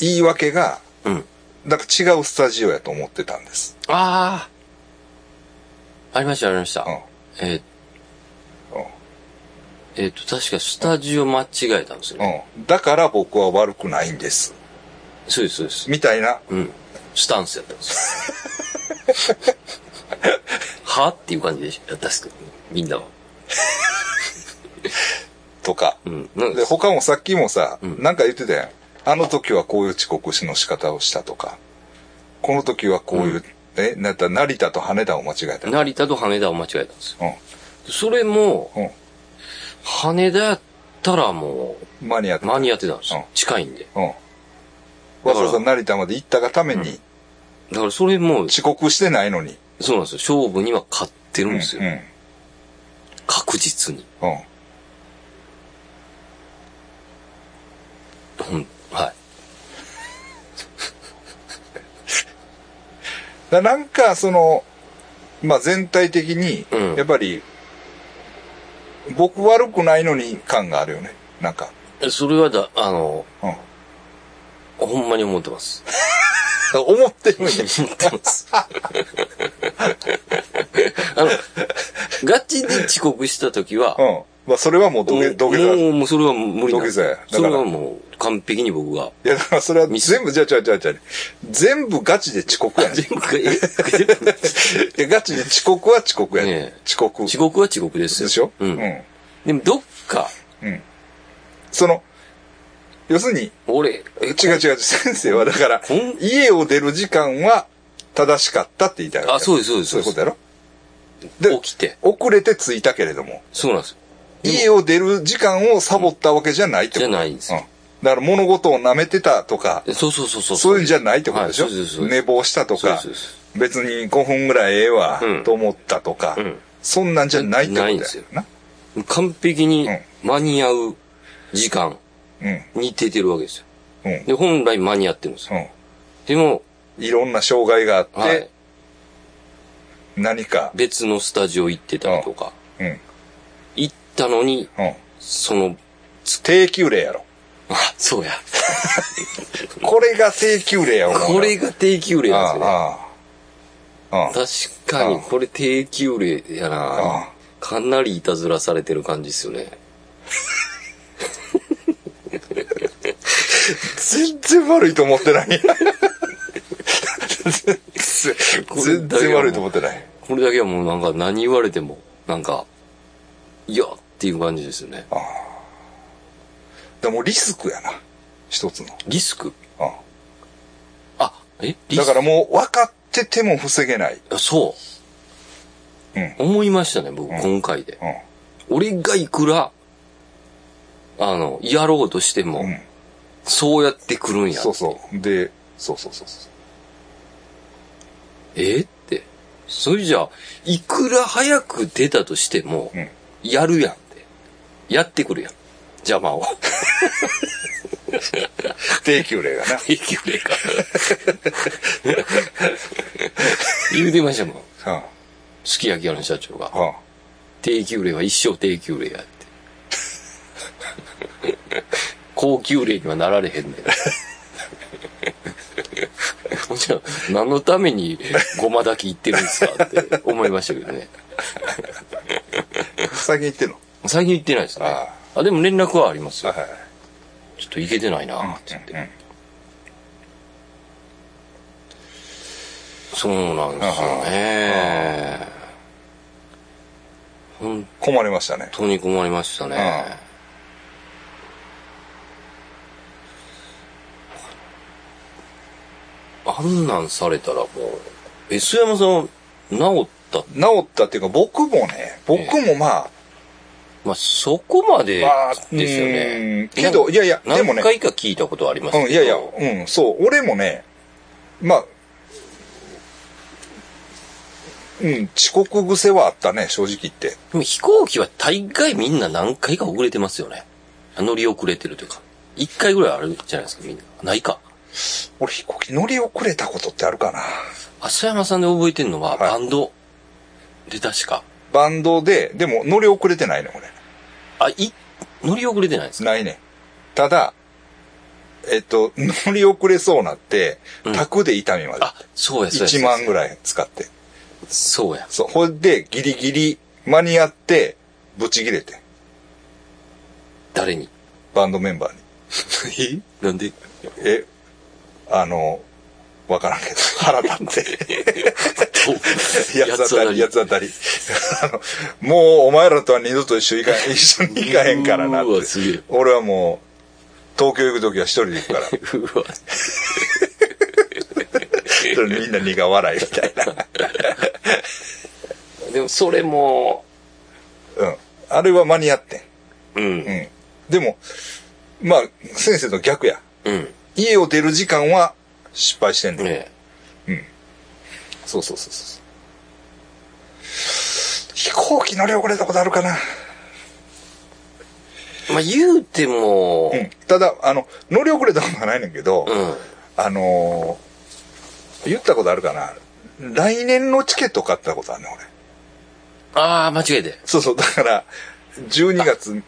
言い訳が、
うん。
なんか違うスタジオやと思ってたんです。
ああありました、ありました。
うん。
えー
うん
えっ、と、確かスタジオ間違えたんですよね。
うん。だから僕は悪くないんです。
そうです、そうです。
みたいな。
うん。スタンスやったんですよ。 はっていう感じでやったんですけど、ね、みんなは。
とか。
うん。なん
で、
か
他もさっきもさ、
ん
なんか言ってたやん。あの時はこういう遅刻しの仕方をしたとか。この時はこういう、え、なんだ、成田と羽田を間違えた。うん。
成田と羽田を間違えたんですよ。それも、羽田やったらも
うん。間に合って
う、
た。
間に合ってたんです
うん
よ。近いんで。
うん。わざわざ成田まで行ったがために、
だからそれも、
遅刻してないのに。
そうなんですよ。勝負には勝ってるん
うん。う
ですよ。
ん。
確実に。
うん。
ほん、はい。
だなんかその、まあ、全体的に
うん、
やっぱり、僕悪くないのに感があるよね。なんか。
それはだ、あの、
うん。
ほんまに思ってます。
思ってるんや。
思っ てます。あの、ガチで遅刻した時は、
うん。まあ、それはもう土
も
下
う
土下座。い
もう、もうそれは無理なんです
土下座やだから
それはもう完璧に僕が、
や、だからそれは全部、じゃあじゃあじゃあじゃあ全部ガチで遅刻やねん。
全部が、え、 全部
いや、ガチで遅刻は遅刻やねん。
ねえ
遅刻。
遅刻は遅刻ですよ。
でしょ
う。
うんん。
でもどっか、
その、要するに、
俺、
違う違う違う、先生はだから
こん、
家を出る時間は正しかったって言いたいわけ
あそうですそうです
そういうことやろで
起、きて。
遅れて着いたけれども、
そうなんですよ。
家を出る時間をサボったわけじゃないってこ
じ
と
ゃないんですよ。
だから物事を舐めてたとか、
そうそうそうそう。
そういうんじゃないってことでしょ、
はいそうですそうです
寝坊したとか
そうですそ、
別に5分ぐらいええわ
うん
と思ったとか、
うん
そんなんじゃないってことだ
ない
よ
んですよ
な。
完璧に
うん
間に合う時間
うん、
に出てるわけですよ。
うん、
で、本来間に合ってるんですよ。
うん。
でも、
いろんな障害があって、
はい。
何か、
別のスタジオ行ってたりとか、
うん、
行ったのに、
うん。
その、
低級例やろ。
あ、そうや。
これが低級例やろ。
これが低級例
あ
なんですよね。
あ、ああ。ああ
確かに、これ低級例や
あ
な
あ。
かなりいたずらされてる感じですよね。
全然悪いと思 ってない。全然悪いと思ってない。
これだけはもうなんか何言われても、なんか、いやっていう感じですよね。
でもリスクやな。一つの。
リスク
あ
あ、え
あ
リス
だ
ク
からもう分かってても防げない。
あそうう、
ん
思いましたね、僕、今回で。
う
俺がいくら、あの、やろうとしても、
ん。うん。
そうやってくるんや。
そうそう。で、そうそうそうそう。
えーって。それじゃあ、いくら早く出たとしても、
うん
やるやんって。やってくるやん。邪魔を。
低級例がな。
平気でか。言うてましたもん。
は
すき焼き屋の社長が
あ、。は
低級例は一生低級例やって。高級例にはなられへんねん。じゃあ、何のためにごまだけ言ってるんですかって思いましたけどね。
あ。最近言ってんの
最近言ってないですね。
あ
あでも連絡はありますよ
は。いはいはい。
ちょっといけてないなって言って。
うんうん
そうなんですよね。本
困りましたね。
当に困りましたね。あんなんされたらもう、S 山さん、治った。
治ったっていうか、僕もね、僕もまあ、
まあ、そこまで
まあ
ですよね。
うんけどいやいや
何
でもね
何回か聞いたことありますけ
う
ど。
ん、いやいや、うん、そう、俺もね、まあ、うん、遅刻癖はあったね、正直言って。
でも飛行機は大概みんな何回か遅れてますよね。乗り遅れてるというか。一回ぐらいあるじゃないですか、みんな。ないか。
俺飛行機乗り遅れたことってあるかな。
浅山さんで覚えてるのは、
い
バンドで確か。
バンドで、でも乗り遅れてないね、俺。
あ、い、乗り遅れてないんですか
ないね。ただ、えっと、乗り遅れそうなって
うん、
宅で痛みまで。
あ、そうや、そうや。
1万ぐらい使って。
そうや。
そう、ほんで、ギリギリ間に合って、ブチギレて、
誰に
バンドメンバーに。
え な んで
え、あの、わからんけど、 腹立 って。やつ当たり、やつ当たり。 あの、もうお前らとは二度と一緒に行か 一緒に行かへんからなっ
うわ
て
すげえ。
俺はもう、東京行くときは一人で行く から、
うわ、
それみんな苦笑いみたいな。
でもそれも、
うん。あれは間に合ってん。
うん
う。ん。でも、まあ、先生と逆や。
うん。
家を出る時間は失敗してんねん。
ね
そうそうそうそう。飛行機乗り遅れたことあるかな
えまあ、言うても、
うん。ただ、あの、乗り遅れたことはないねんけど、
うん。
あのー言ったことあるかな来年のチケット買ったことあるね、俺。
ああ、間違えて。
そうそう、だから、12月、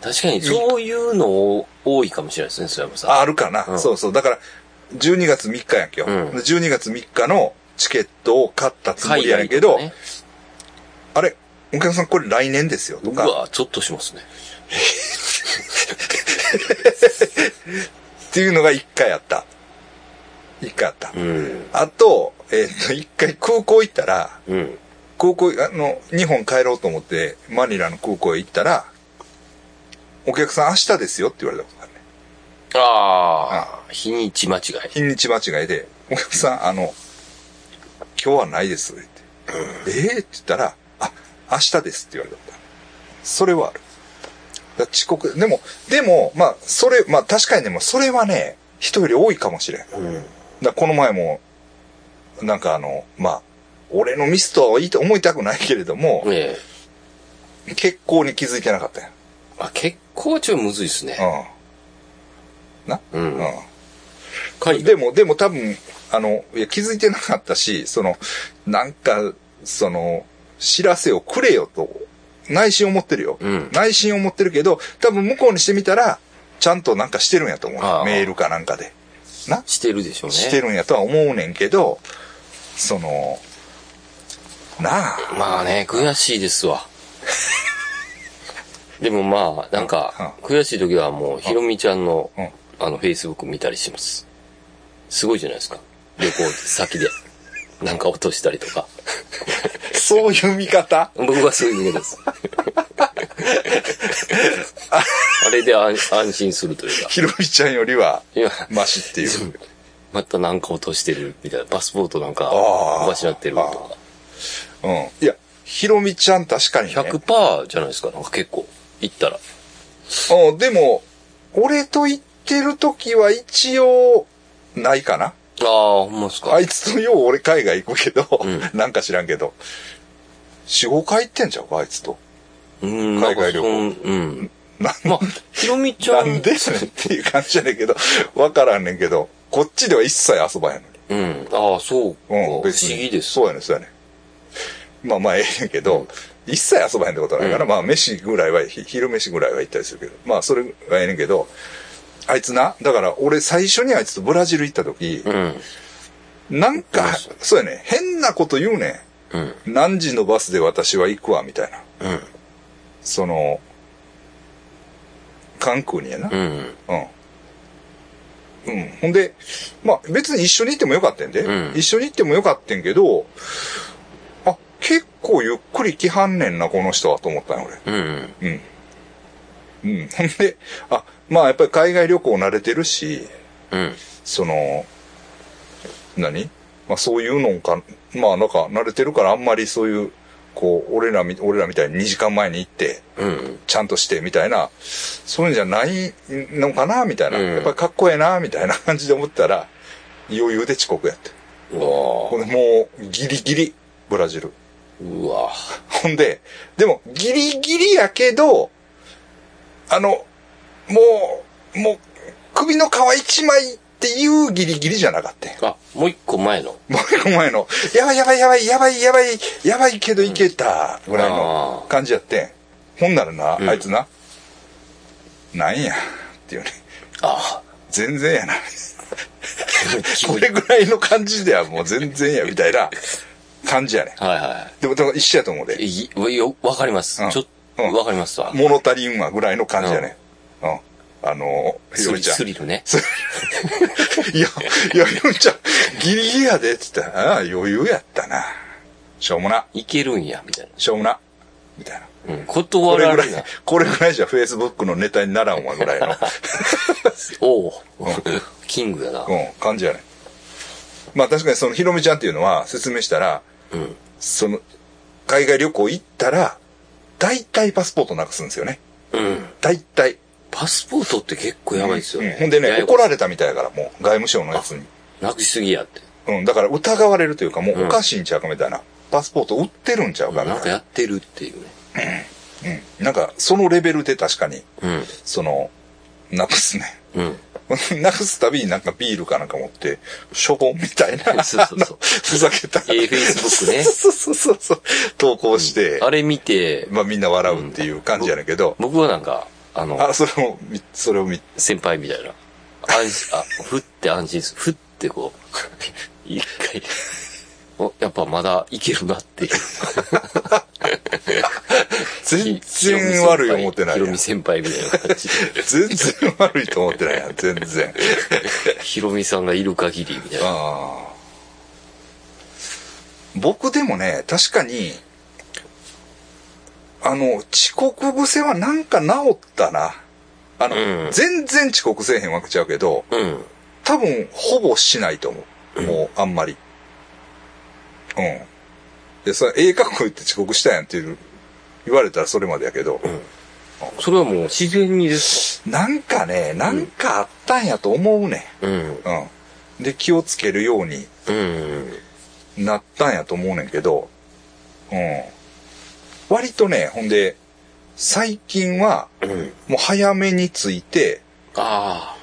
確かに、そういうの多いかもしれないですね、須山さん。
ああるかな、
うん
そうそう、だから、12月3日やんけよ、
うん
12月3日のチケットを買ったつも
海
りやね
外
んけど、
とかね
あれ、お客さんこれ来年ですよ、と
う
か、
わ、ちょっとしますね。
っていうのが1回あった。1回あった。
うん。
あと、えっと、1回空港行ったら、
うん。
空港、あの、日本帰ろうと思って、マニラの空港へ行ったら、お客さん明日ですよって言われたことがあるね。
ああ、日にち間違い。
日にち間違いで、お客さん、あの、今日はないです、って。ええって言ったら、あ、明日ですって言われたことある。それはある。だから遅刻、でも、でも、まあ、それ、まあ確かにでも、それはね、人より多いかもしれん。だか
うん。
らこの前も、なんかあの、まあ、俺のミスとはいいと思いたくないけれども、
ええ。
結構に気づいてなかったよ。
あ、結構ちょいむずいっすね。
うん。な、
う。
うんん。
海外。
でも、でも多分、あの、いや、気づいてなかったし、その、なんか、その、知らせをくれよと、内心思ってるよ。
うん
内心思ってるけど、多分向こうにしてみたら、ちゃんとなんかしてるんやと思
ああ
う。メールかなんかで。な、
してるでしょうね。
してるんやとは思うねんけど、その、なあ、
まあね、悔しいです わ。でもまあ、なんか、悔しい時はもう、ひろみちゃんの
うん、
あの、フェイスブック見たりします。すごいじゃないですか。旅行先で、なんか落としたりとか。
そういう見方
僕はそういう意味です。あれで安安心するというか。
ひろみちゃんよりは、
今、
マシって いう。
またなんか落としてるみたいな。パスポートなんか、
あー
おかしなってるとか。
うん。いや、ひろみちゃん確かに、ね。
100%じゃないですか、なんか結構。行ったら。
うん、でも、俺と行ってる時は一応、ないかな。
ああ、ほんまっすか。
あいつとよう俺海外行くけど、
う
なんか知らんけど。4、5回行ってんじゃんか、あいつと。
うん
海外旅行
なんかそんうん。
なん
まあ、ひろみちゃ。
なんんでそれっていう感じじゃねえけど、わからんねんけど、こっちでは一切遊ばへんのに。
うん。ああ、そうか。
うん、
不思議です。
そうやねん、そうやねん。まあまあ、ええねんけど、一切遊ばへんってことないから、まあ、飯ぐらいは、ひ昼飯ぐらいは行ったりするけど、まあ、それはええねんけど、あいつな、だから俺最初にあいつとブラジル行った時、
うん。
なんか、そうやね。変なこと言うね。
うん。
何時のバスで私は行くわ、みたいな。
うん。
その、関空にやな。
うん。
うん。うん。ほんで、まあ別に一緒に行ってもよかったんで、
うん
一緒に行ってもよかったんけど、あ、結構ゆっくり来はんねんな、この人は、と思ったんよ、
うん。
俺。うん。うん。ほんで、あ、まあやっぱり海外旅行慣れてるし、
うん。
その、何まあそういうのんか、まあなんか慣れてるからあんまりそういう、こう、俺らみ、俺らみたいに2時間前に行って、
うん。
ちゃんとしてみたいな、そういうんじゃないのかなみたいな。
うん
やっぱりかっこええなみたいな感じで思ったら、余裕で遅刻やって。
うわ
ほんでもう、ギリギリ、ブラジル。
うわ
ほんで、でも、ギリギリやけど、あの、もう、もう、首の皮一枚っていうギリギリじゃなかったよ。
あ、もう一個前の。
もう一個前の、やばいやばいやばいやばいやばい、やばいけどいけた、ぐらいの感じやって。ほんならな、
ん
あいつな、なんや、っていうね。
あ
全然やな。
あ。気
こ
持ち
れぐらいの感じではもう全然や、みたいな感じやね。
はいは
でも、でも一緒やと思う
い。
で。
いいよ、わかります
うん。
ちょっと、
うん
わかりますわ。
物足りんわ、ぐらいの感じやね。うん。あのー、ひ
ス
ろ
リ
みちゃん
ス。リルね。
いや、いや、ひろみちゃん、ギリギリやで、って言ったら、ああ、余裕やったな。しょうもな、
いけるんや、みたい
しょうもな、みたいな。
な。うん。
こ
断
れ
ら
ぐ
れ
ら。、
るない
これぐらいじゃ Facebook のネタにならんわぐ らいの、
おう。キングや
う
な。
ん、感じやね。まあ確かにそのひろみちゃんっていうのは説明したら、
うん。
その、海外旅行行ったら、大体パスポートなくすんですよね。
うん。
大体。
パスポートって結構やばいですよ
う
ね
ん。ほんで
や
ね、
や
怒られたみたいやから、もう、外務省のやつに。
なくしすぎやって。
うん、だから疑われるというか、もううんおかしいんちゃうかみたいな。パスポート売ってるんちゃうかみ
なん
た
か
い
やってるっていうね。
な。うん。なんか、そのレベルで確かに、
うん。
その、なくすね。
うん。
なくすたびになんかビールかなんか持って、しょぼんみたいな、
そうそうそう
あのふざけた。
ええ Facebook ね
そうそうそうそう。投稿して、
あれ見て、
まあみんな笑うっていう感じやねんけど、
僕はなんか、あの、
あ、それを見、それを見、
先輩みたいな。安心、あ、ふって安心する。ふってこう、 一回、お、やっぱまだいけるなっていう。
全然悪い思ってない
ヒ
や
ロ
ん
ミ。先輩みたいな感じで。
全然悪いと思ってないやん、全然。
ヒロミさんがいる限りみたいな。
あー僕でもね、確かに、あの、遅刻癖はなんか治ったな。あの、
うん
全然遅刻せえへんわけちゃうけど、
うん。
多分、ほぼしないと思う。もう、あんまり。うん。で、それ、ええ格好言って遅刻したやんっていう、言われたらそれまでやけど、
それはもう自然にです
なんかね、なんかあったんやと思うね
かうん。
ん。うん。で、気をつけるように
うん。
なったんやと思うねんけど、うん。割とね、ほんで、最近は、
うん。
もう早めについて、
あ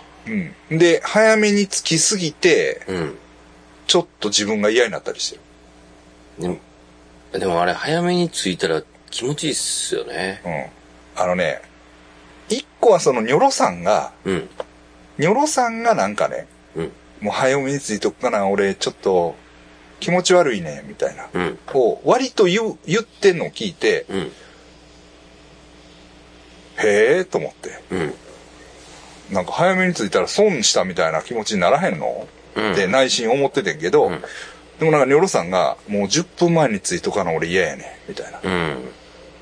うん。で、早めにつきすぎて、
あ。うん。
ちょっと自分が嫌になったりしてる。
でも、でもあれ早めに着いたら気持ちいいっすよね。
うん。あのね、一個はそのニョロさんが、
うん。
ニョロさんがなんかね、
うん。
もう早めについとくかな、俺ちょっと気持ち悪いね、みたいな。
うん。
を割と言う、言ってんのを聞いて、
うん。
へえと思って。
うん。
なんか早めに着いたら損したみたいな気持ちにならへんの、
うん
って内心思っててんけど、
うん
でもなんかニョロさんが、もう10分前に着いとかな、俺嫌やねん、みたいな。
うん。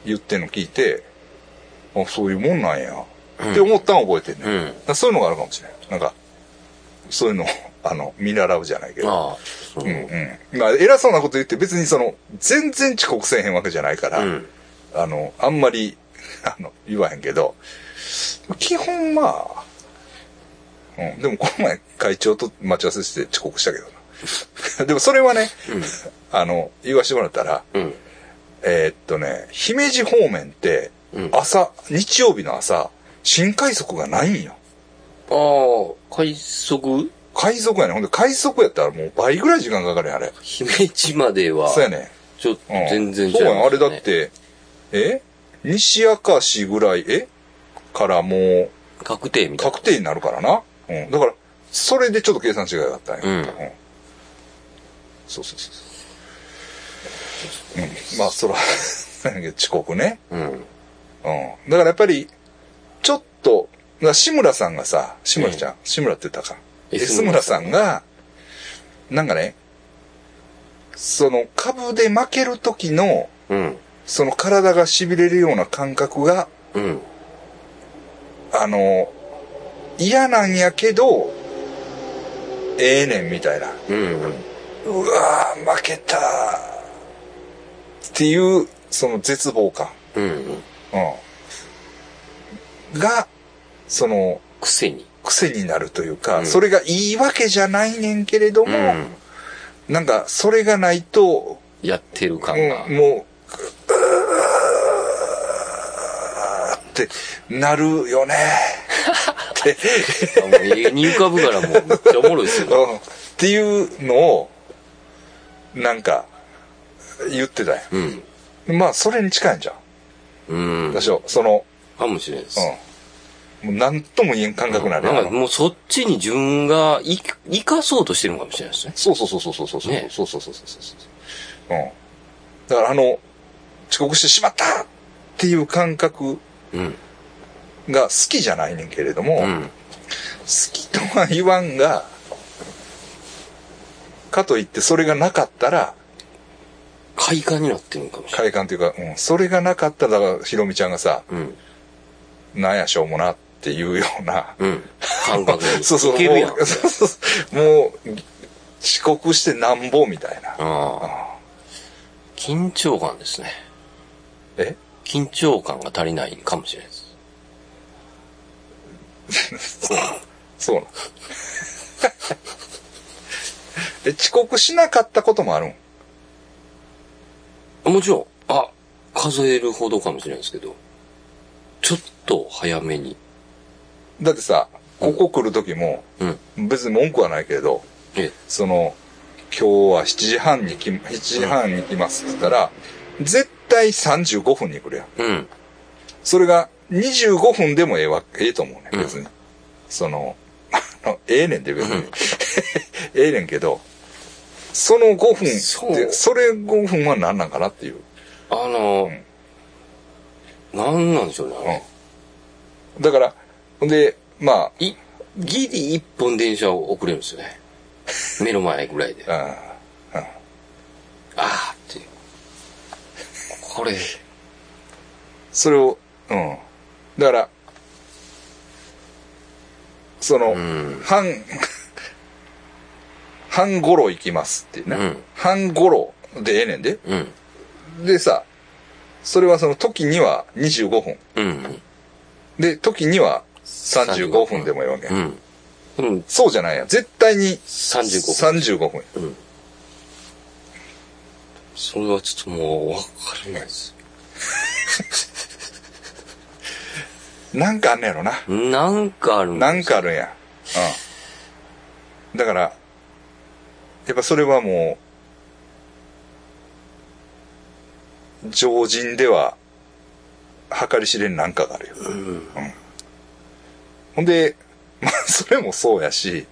言ってんの聞いて、あ、そういうもんなんや。
うん
って思ったん覚えてんね、
うん
だからそういうのがあるかもしれない。なんか、そういうのを、 あの、見習うじゃないけど。
ああ。そう
うんうん。まあ、偉そうなこと言って別にその、全然遅刻せえへんわけじゃないから、
うん。
あの、あんまり、 あの、言わへんけど、基本まあ、うん、でもこの前会長と待ち合わせして遅刻したけどな。 でもそれはね、あの、言わしてもらったら、
うん。
えーっとね、姫路方面って
うん、
朝、日曜日の朝、新快速がないんよ。
ああ、快速
快速やね。ほんで快速やったらもう倍ぐらい時間かかるやん、あれ。
姫路までは、
そうやね。
ちょっと
うん。
全然違う、
そうやね。あれだっ。て、え西明石ぐらい、えからもう、
確定みたいな。
確定になるからな。うん。だから、それでちょっと計算違いがあったんや。
うん
そうそうそうそう。うん。まあ、そら、 なんやけど遅刻ね。
うん。
うん。だからやっぱり、ちょっと、だから志村さんがさ、志村ちゃん、志村って言ったか。
S
S 村さんが、なんかね、その株で負ける時の、
うん。
その体が痺れるような感覚が、
うん。
あの、嫌なんやけど、ええねんみたいな。
うん。
うわー負けたーっていう、その絶望感。
うん。
うん。が、その、
くせに。
癖になるというか、
うん
それがいいわけじゃないねんけれども、
うん。
なんか、それがないと、
やってる感が。
うんもう、うーってなるよね。って。
あもう絵に浮かぶからもうめっちゃおもろいっすよ。
うんっていうのを、なんか、言ってたよ。
うん。
まあ、それに近いんじゃん。
うん。
私は、その、
かもしれないです。
うん。もう何とも言えん感覚な
なん
るよ
かもうそっちに自分がい生かそうとしてるのかもしれないですね。
そうそうそうそうそうそうそう、
ね
そうそうそうそうそうそう。うん。だからあの、遅刻してしまったっていう感覚
うん。
が好きじゃないねんけれども、
う
好
ん。
きとは言わんが、かといってそれがなかったら、
快感になってるのかもしれない。
快感というか、うん、それがなかったら、だからひろみちゃんがさ、
うん。
なんやしょうもなっていうよう な、
うん。感覚に。
そうそう、
いけるやん。
もうそうそうそうもう、遅刻してなんぼみたいな。
ああ。緊張感ですね。
え
緊張感が足りないかもしれないです。
そうなのそうなの え、遅刻しなかったこともあるん
もちろん、あ、数えるほどかもしれないですけど、ちょっと早めに。
だってさ、ここ来る時も、
うん。
別に文句はないけれど、
え、
その、今日は7時半に来、7時半に来ますって言ったら、絶対35分に来るやん。
うん。
それが25分でもええわ、ええと思うね、
うん
別に。その、あのええねんって別に。 ええねんけど、その5分って、
そ
そうれ5分は何なんかなっていう。
あの、なんなんでしょうねあれ。
うん。だから、ほんで、ま
い、ギリ一本電車を遅れるんです よね。目の前ぐらいで。あ
あ、
あーって。これ、
それを、うん。だから、その、
ん
半、半頃行きますっていうね。
うん
半頃でええねんで。
うん。
でさ、それはその時には25分。
うん。
で、時には35分でも4
う
年。
ん。うん、
そうじゃないやん。絶対に
35分。
35分。
それはちょっともうわからないです。
なんかあんねやろな。
なんかあるん
な
だ
んかあるんや。うん。だから、やっぱそれはもう、常人では、計り知れんなんかがあるよ。
うん。
ほんで、 まあ、それもそうやし、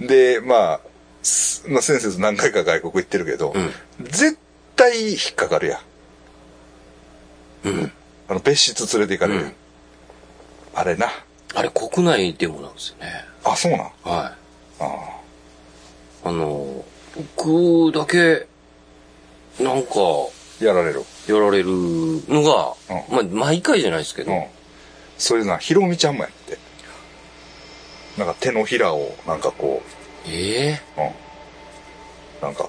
うん。
で、まあ、すまあ、先生と何回か外国行ってるけど、
うん
絶対引っかかるやん。
うん。
あの、別室連れて行かれるやん。
うん
あれな。
あれ国内でもなんですよね。
あ、そうなん。あ
はい。
あ。
あの、僕だけ、なんか、
やられる。
やられるのが、まあ、毎回じゃないですけど、
うん。そういうのは、ひろみちゃんもやって。なんか手のひらを、なんかこ
ええ
う、うん。なんか、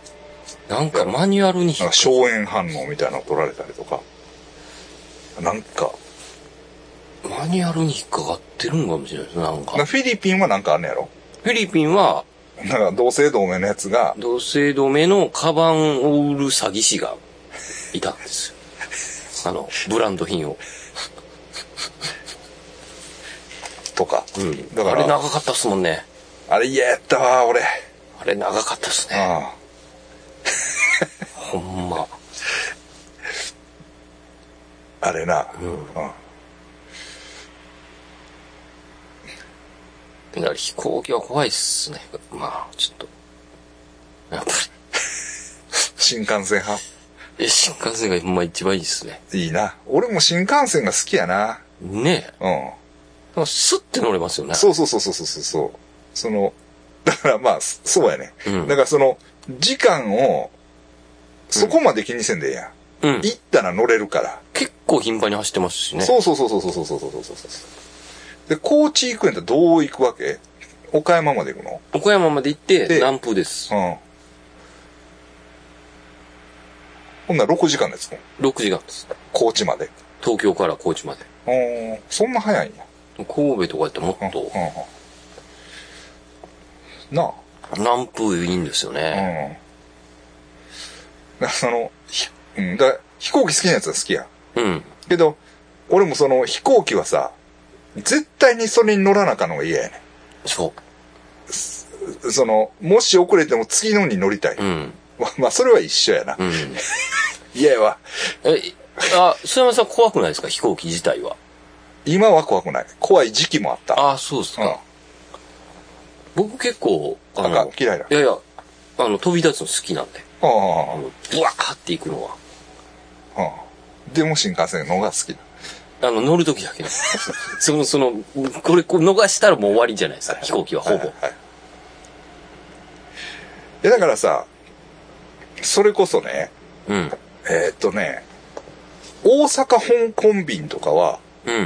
なんかマニュアルに
な
引
ん
っ
か消炎反応みたいなの取られたりとか。なんか、
マニュアルに引っかかってるんかもしれないです。なん
な
か。
フィリピンはなんかあんねやろ
フィリピンは、
なんか同姓同名のやつが、
同姓同名のカバンを売る詐欺師がいたんです よ。あの、ブランド品を。
とか。
うん。
だか
あれ
ら、
長かったっすもんね。
あれ嫌やったわ、俺。
あれ長かったっすね。
あ
ほんま。
あ、あれな。
う
うん
ん。だから飛行機は怖いっすね。まあ、ちょっと。やっぱ
新幹線派。
り、え新幹線がほんま一番いいっすね。
いいな。俺も新幹線が好きやな。
ねえ。
うん。
なんかスッて乗れますよね。
そうそうそうそうそうそうそう。その、だからまあ、そそうやね。
うん
だからその、時間を、そこまで気にせんでええやん。
うん。
行ったら乗れるから。
結構頻繁に走ってますしね。
そうそうそうそうそうそうそうそうそうそう。で、高知行くんやったらどう行くわけ岡山まで行くの
岡山まで行っ
で
て、南風です。
うん。ほんなら6時間ですもん。
6時間です。
高知まで。
東京から高知まで。
うん。そんな早いんや。
神戸とかやっても
うん。う
っと、
ん。なあ。
南風いいんですよね。
うん。その、ひうん、だ飛行機好きなやつは好きや。
うん。
けど、俺もその飛行機はさ、絶対にそれに乗らなあかんのが嫌やね
そ
ん。その、もし遅れても次のに乗りたい。
う。うん。
ままあ、それは一緒やな
う。ん。
嫌やわ。
え、あ、須山さん怖くないですか飛行機自体は。
今は怖くない。怖い時期もあった。
あ、そうですか。
う
僕結構、あ
ん。なん
の
か、嫌いだ
い。やいや、あの、飛び立つの好きなんで。
うんうん
あ
うん
のブワーって行くのは。
うん。でも新幹線の方が好きだ。
あの、乗るときだけなんです。 その、その、これ、こう逃したらもう終わりじゃないですか。飛行機はほ
い
ぼ。
いや、だからさ、それこそね、
うん。
えーっとね、大阪香港便とかは、
うん。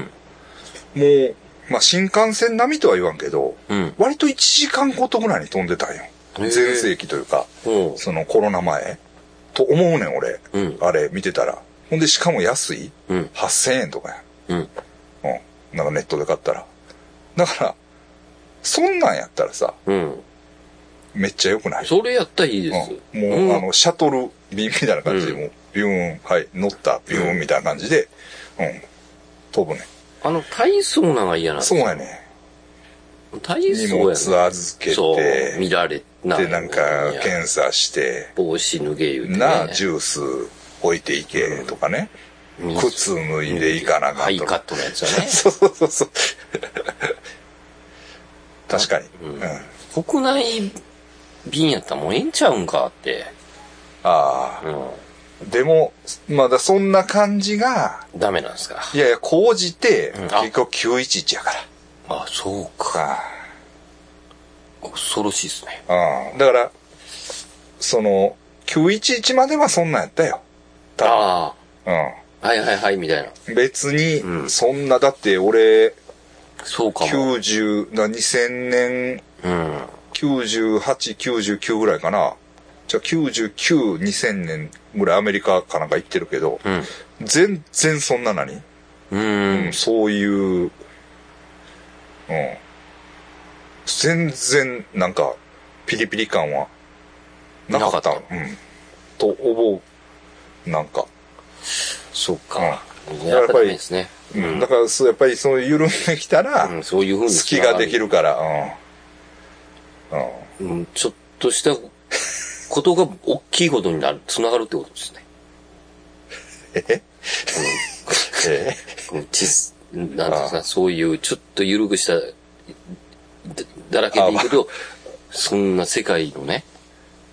もう、まあ、新幹線並みとは言わんけど、
うん。
割と1時間ごとぐらいに飛んでたんよ。
へ
全
ー
盛期というか、
おう。
そのコロナ前。と思うねん、俺。
うん。
あれ見てたら。ほんで、しかも安い。
うん。
8000円とかや。
うん。
うん。なんかネットで買ったら。だから、そんなんやったらさ、
うん。
めっちゃ良くない
それやったらいいです。
うん、もう、あの、シャトル便みたいな感じで、
うん
もう、ビューン、はい、乗った、ビューンみたいな感じで、うん、飛ぶね。
あの、体操なのが嫌なんです
そう
よ
やね。
体
荷
操やね
物預け
そう、見
て、
られない。
で、なんか、検査して、
帽子脱げ言うて、ね。
なあ、ジュース置いていけとかね。靴脱いでいかなあ
ハ
かん
イ
と
カ
か
ッ。トのやつは ね。
そうそうそうそう。確かに。
うん
うん。あ
国内便やったらもうええんちゃうんかって。
あ
う
ー。でも、まだそんな感じが、
ん。ダメなんですか。
いやいや、講じて、
うんあ
結局911やから。
あ、そうか。
ああ。
恐ろしいですね。
うん。だから、その、911まではそんなんやったよ。た
あ
ぶん。
あ、はいはいはい、みたいな。
うん。別
う
に、
ん
そんな、だって俺、
そうかも。
90、な、2000年、
うん。
98、99ぐらいかな。じゃあ99、2000年ぐらいアメリカかなんか行ってるけど、
うん。
全然そんな何、
うん
うん、。そういううん。全然、なんか、ピリピリ感は、なかった。
なかっ
と思う。なんか。
そうか。
うん
やっぱりですね。
うん。だから、そう、やっぱり、その、緩んできたら、
うん、そういうふうに。
隙ができるから、うん。うん。
うん、ちょっとしたことが大きいことになる、つながるってことですね。
ええ
うんちすなんていうんですか、そういうちょっと緩くした、だだらけでいくと、そんな世界のね。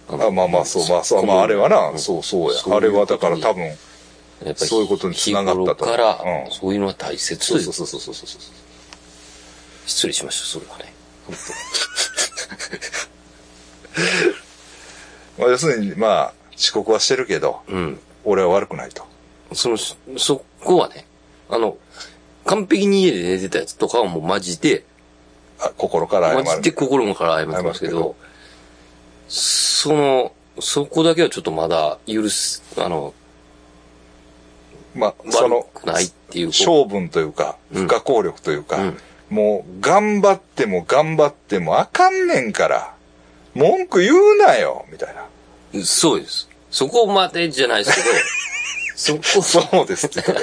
あまあまあ、そう、まあ、そう、まあ、あれはな、そう、そうや。あれは、だから多
分、
分、
やっぱり
そういうことに繋がったと
日頃から、
うん
そういうのは大切
そうそうそうそうそうそうそう。
失礼しました、それはね。
まあ、要するに、まあ、遅刻はしてるけど、
うん。
俺は悪くないと。
その、そそこはね、あの、完璧に家で寝てたやつとかはもうマジで、
あ心から謝る。
マジで心もから謝ってますけ
謝るけ
ど
ど、
その、そこだけはちょっとまだ許す、あの、
まあ、そ
悪
の、
くないっていう。
勝負というか、
うん
不可抗力というか、
うん
もう、頑張っても頑張ってもあかんねんから、文句言うなよ、みたいな。
そうです。そこまでじゃないですけど、そこ、そ
そうですって。
こ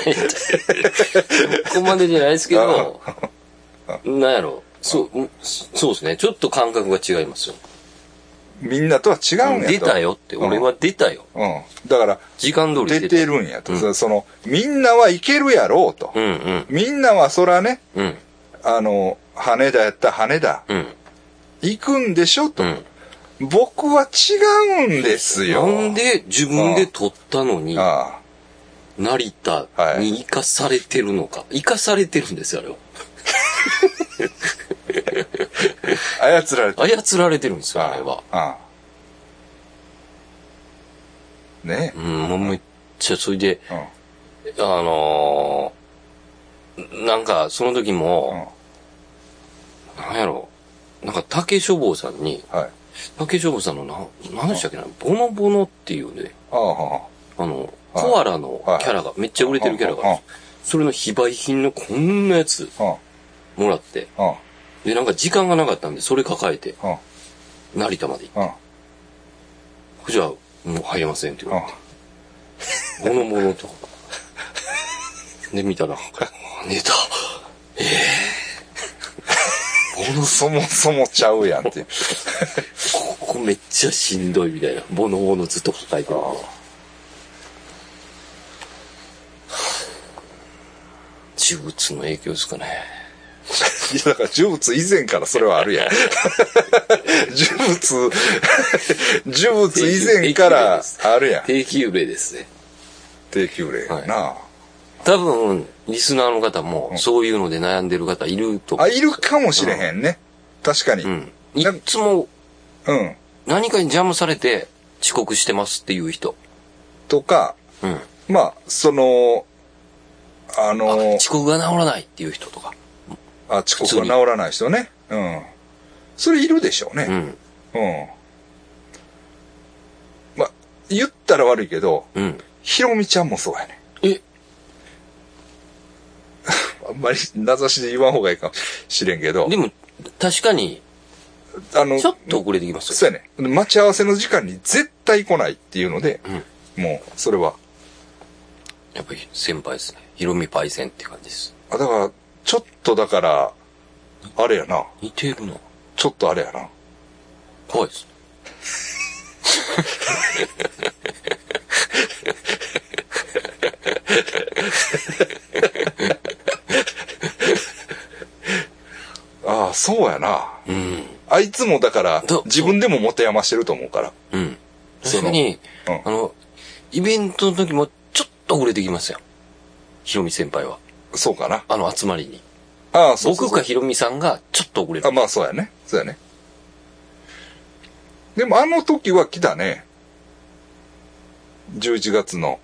までじゃないですけど、なんやろそう、うんそうですね。ちょっと感覚が違いますよ。
みんなとは違うんやと。
出たよって、俺は出たよ。
うん。だから、
時間通り
出
出
て
てる。
るんやと。
うん
その、みんなはいけるやろうと。
うんうん。
みんなはそらね、
うん。
あの、羽田やったら羽田、
うん。
行くんでしょと、
うん。
僕は違うんですよ。
なんで自分で取ったのに、
あ
成田に生かされてるのか。生かされてるんですよ、あれは。
あ。操られて
操られてるんですよ、あれは。
ああ。ね
うん、もうめっちゃ、それで、
え。うん。
あのー、なんか、その時
うん
も、。なんやろ、なんか、竹書房さんに、
はい。
竹書房さんのな、なんでしたっけな、ボノボノっていうね、
ああ、は
あの、
はい
コアラのキャラが、めっちゃ売れてるキャラがあるんですよそれの非売品のこんなやつ
あ。うん。
もらって、
うん。
で、なんか時間がなかったんで、それ抱えて、
うん。
成田まで行っ
うん。
て、じゃあ、もう入れませんって言
う
わ
ん
れ。て、ボノボノと。で、見たら、寝た。
そもそもちゃうやんっていう。
ここめっちゃしんどいみたいな。ボノボノずっと抱えてるんで。私物の影響ですかね。
いや、だから、呪物以前からそれはある やん。呪物、呪物以前からあるやん。
定期揺れですね。
定休令やな、
多分、リスナーの方も、そういうので悩んでる方いると思
あ、いるかもしれへんね。確かに。
う。
う。
うんん。いっつも何かに邪魔されて遅刻してますっていう人。
とか、
うん。あ
まあ、その、あの、
遅刻が治らないっていう人とか。
あ遅刻が治らない人ね。うん。それいるでしょう
う
ね。
ん。
うん。まあ、言ったら悪いけど、
うん。
ひろみちゃんもそうやね。
え、
あんまり名指しで言わん方がいいかもしれんけど、
でも、確かに、
あの
ちょっ、と遅れてきますよ。
そうやね。待ち合わせの時間に絶対来ないっていうので、もう、それは。
やっぱり先輩ですね。ヒロミパイセンって感じです。
あ、だから、ちょっとだから、あれやな。
似てるな。
ちょっとあれやな。
怖いですね。
ああ、そうやな。
うん。
あいつもだから
ど、
自分でも持て余してると思うから。
うん。
その
確かに、
うん
あの、イベントの時もちょっと遅れてきますよ。ヒロミ先輩は。
そうかな。
あの集まりに。
ああ、そうそう
僕かヒロミさんがちょっと遅れる
あ、。まあそうやね。そうやね。でもあの時は来たね。11月の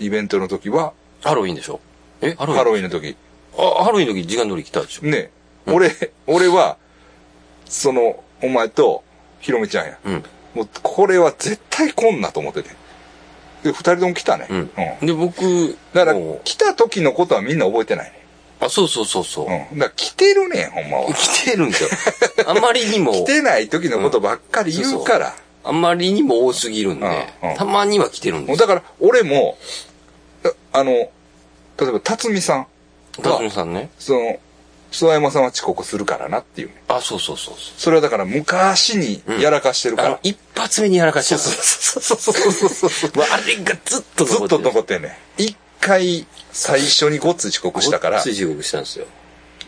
イベントの時は、
ハロウィンでしょえハロウィン
ハロウィンの時。
あハロウィンの時時間通り来たでしょ
ね、俺、俺は、その、お前と、ひろみちゃんや。
うん。
もう、これは絶対来んなと思ってて。で、二人とも来たね。
うん。で、僕、
だから
も、
来た時のことはみんな覚えてないね。
あ、そうそうそうそう。
うん。だから来てるねん、ほんまは。
来てるんで すよ。あまりにも、
来てない時のことばっかり言うから。
あまりにも多すぎるんで
うんうん、
たまには来てるん
も
で
う
す
だから、俺も、ああの、例えば、辰巳さん
よ。
は
辰巳さんね。
その、諏訪山さんは遅刻するからなっていうね。
あ、そうそうそうそ
それはだから昔にやらかしてる
う。
か
あ
ら、
の、一発目にやらかしちゃった。
そうそうそうそうそうそう。
うわあれがずっと
ず
残
っ
って
と
る
残ってんねん。一回、最初にごっつい遅刻したから、
つい地獄したんですよ。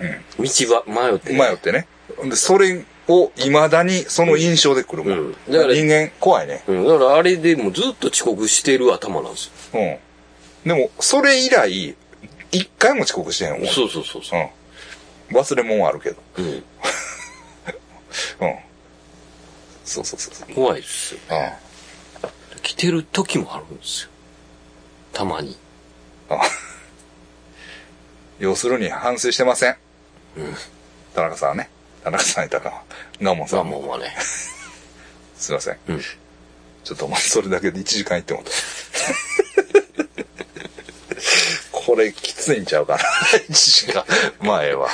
道は迷って。
迷ってね。で、それを未だにその印象で来るもん。
うんだから
人間怖いね。
うん、だからあれでもうずっと遅刻してる頭なんですよ。
うん。でも、それ以来、一回も遅刻してへんもん。
そうそうそうそうう。
ん。忘れ物はあるけど。
うん、
うん。そうそうそうそう。
怖いですよ。
あ
来てる時もあるんですよ。たまに。
あああ要するに反省してません。
うん。
田中さんはね。田中さんいたか。ガモンさ
ザ
ん
モ
も。
ンはね。
すいません。
うん。
ちょっともうそれだけで1時間いってもうた。これきついんちゃうかな。1時間。前は。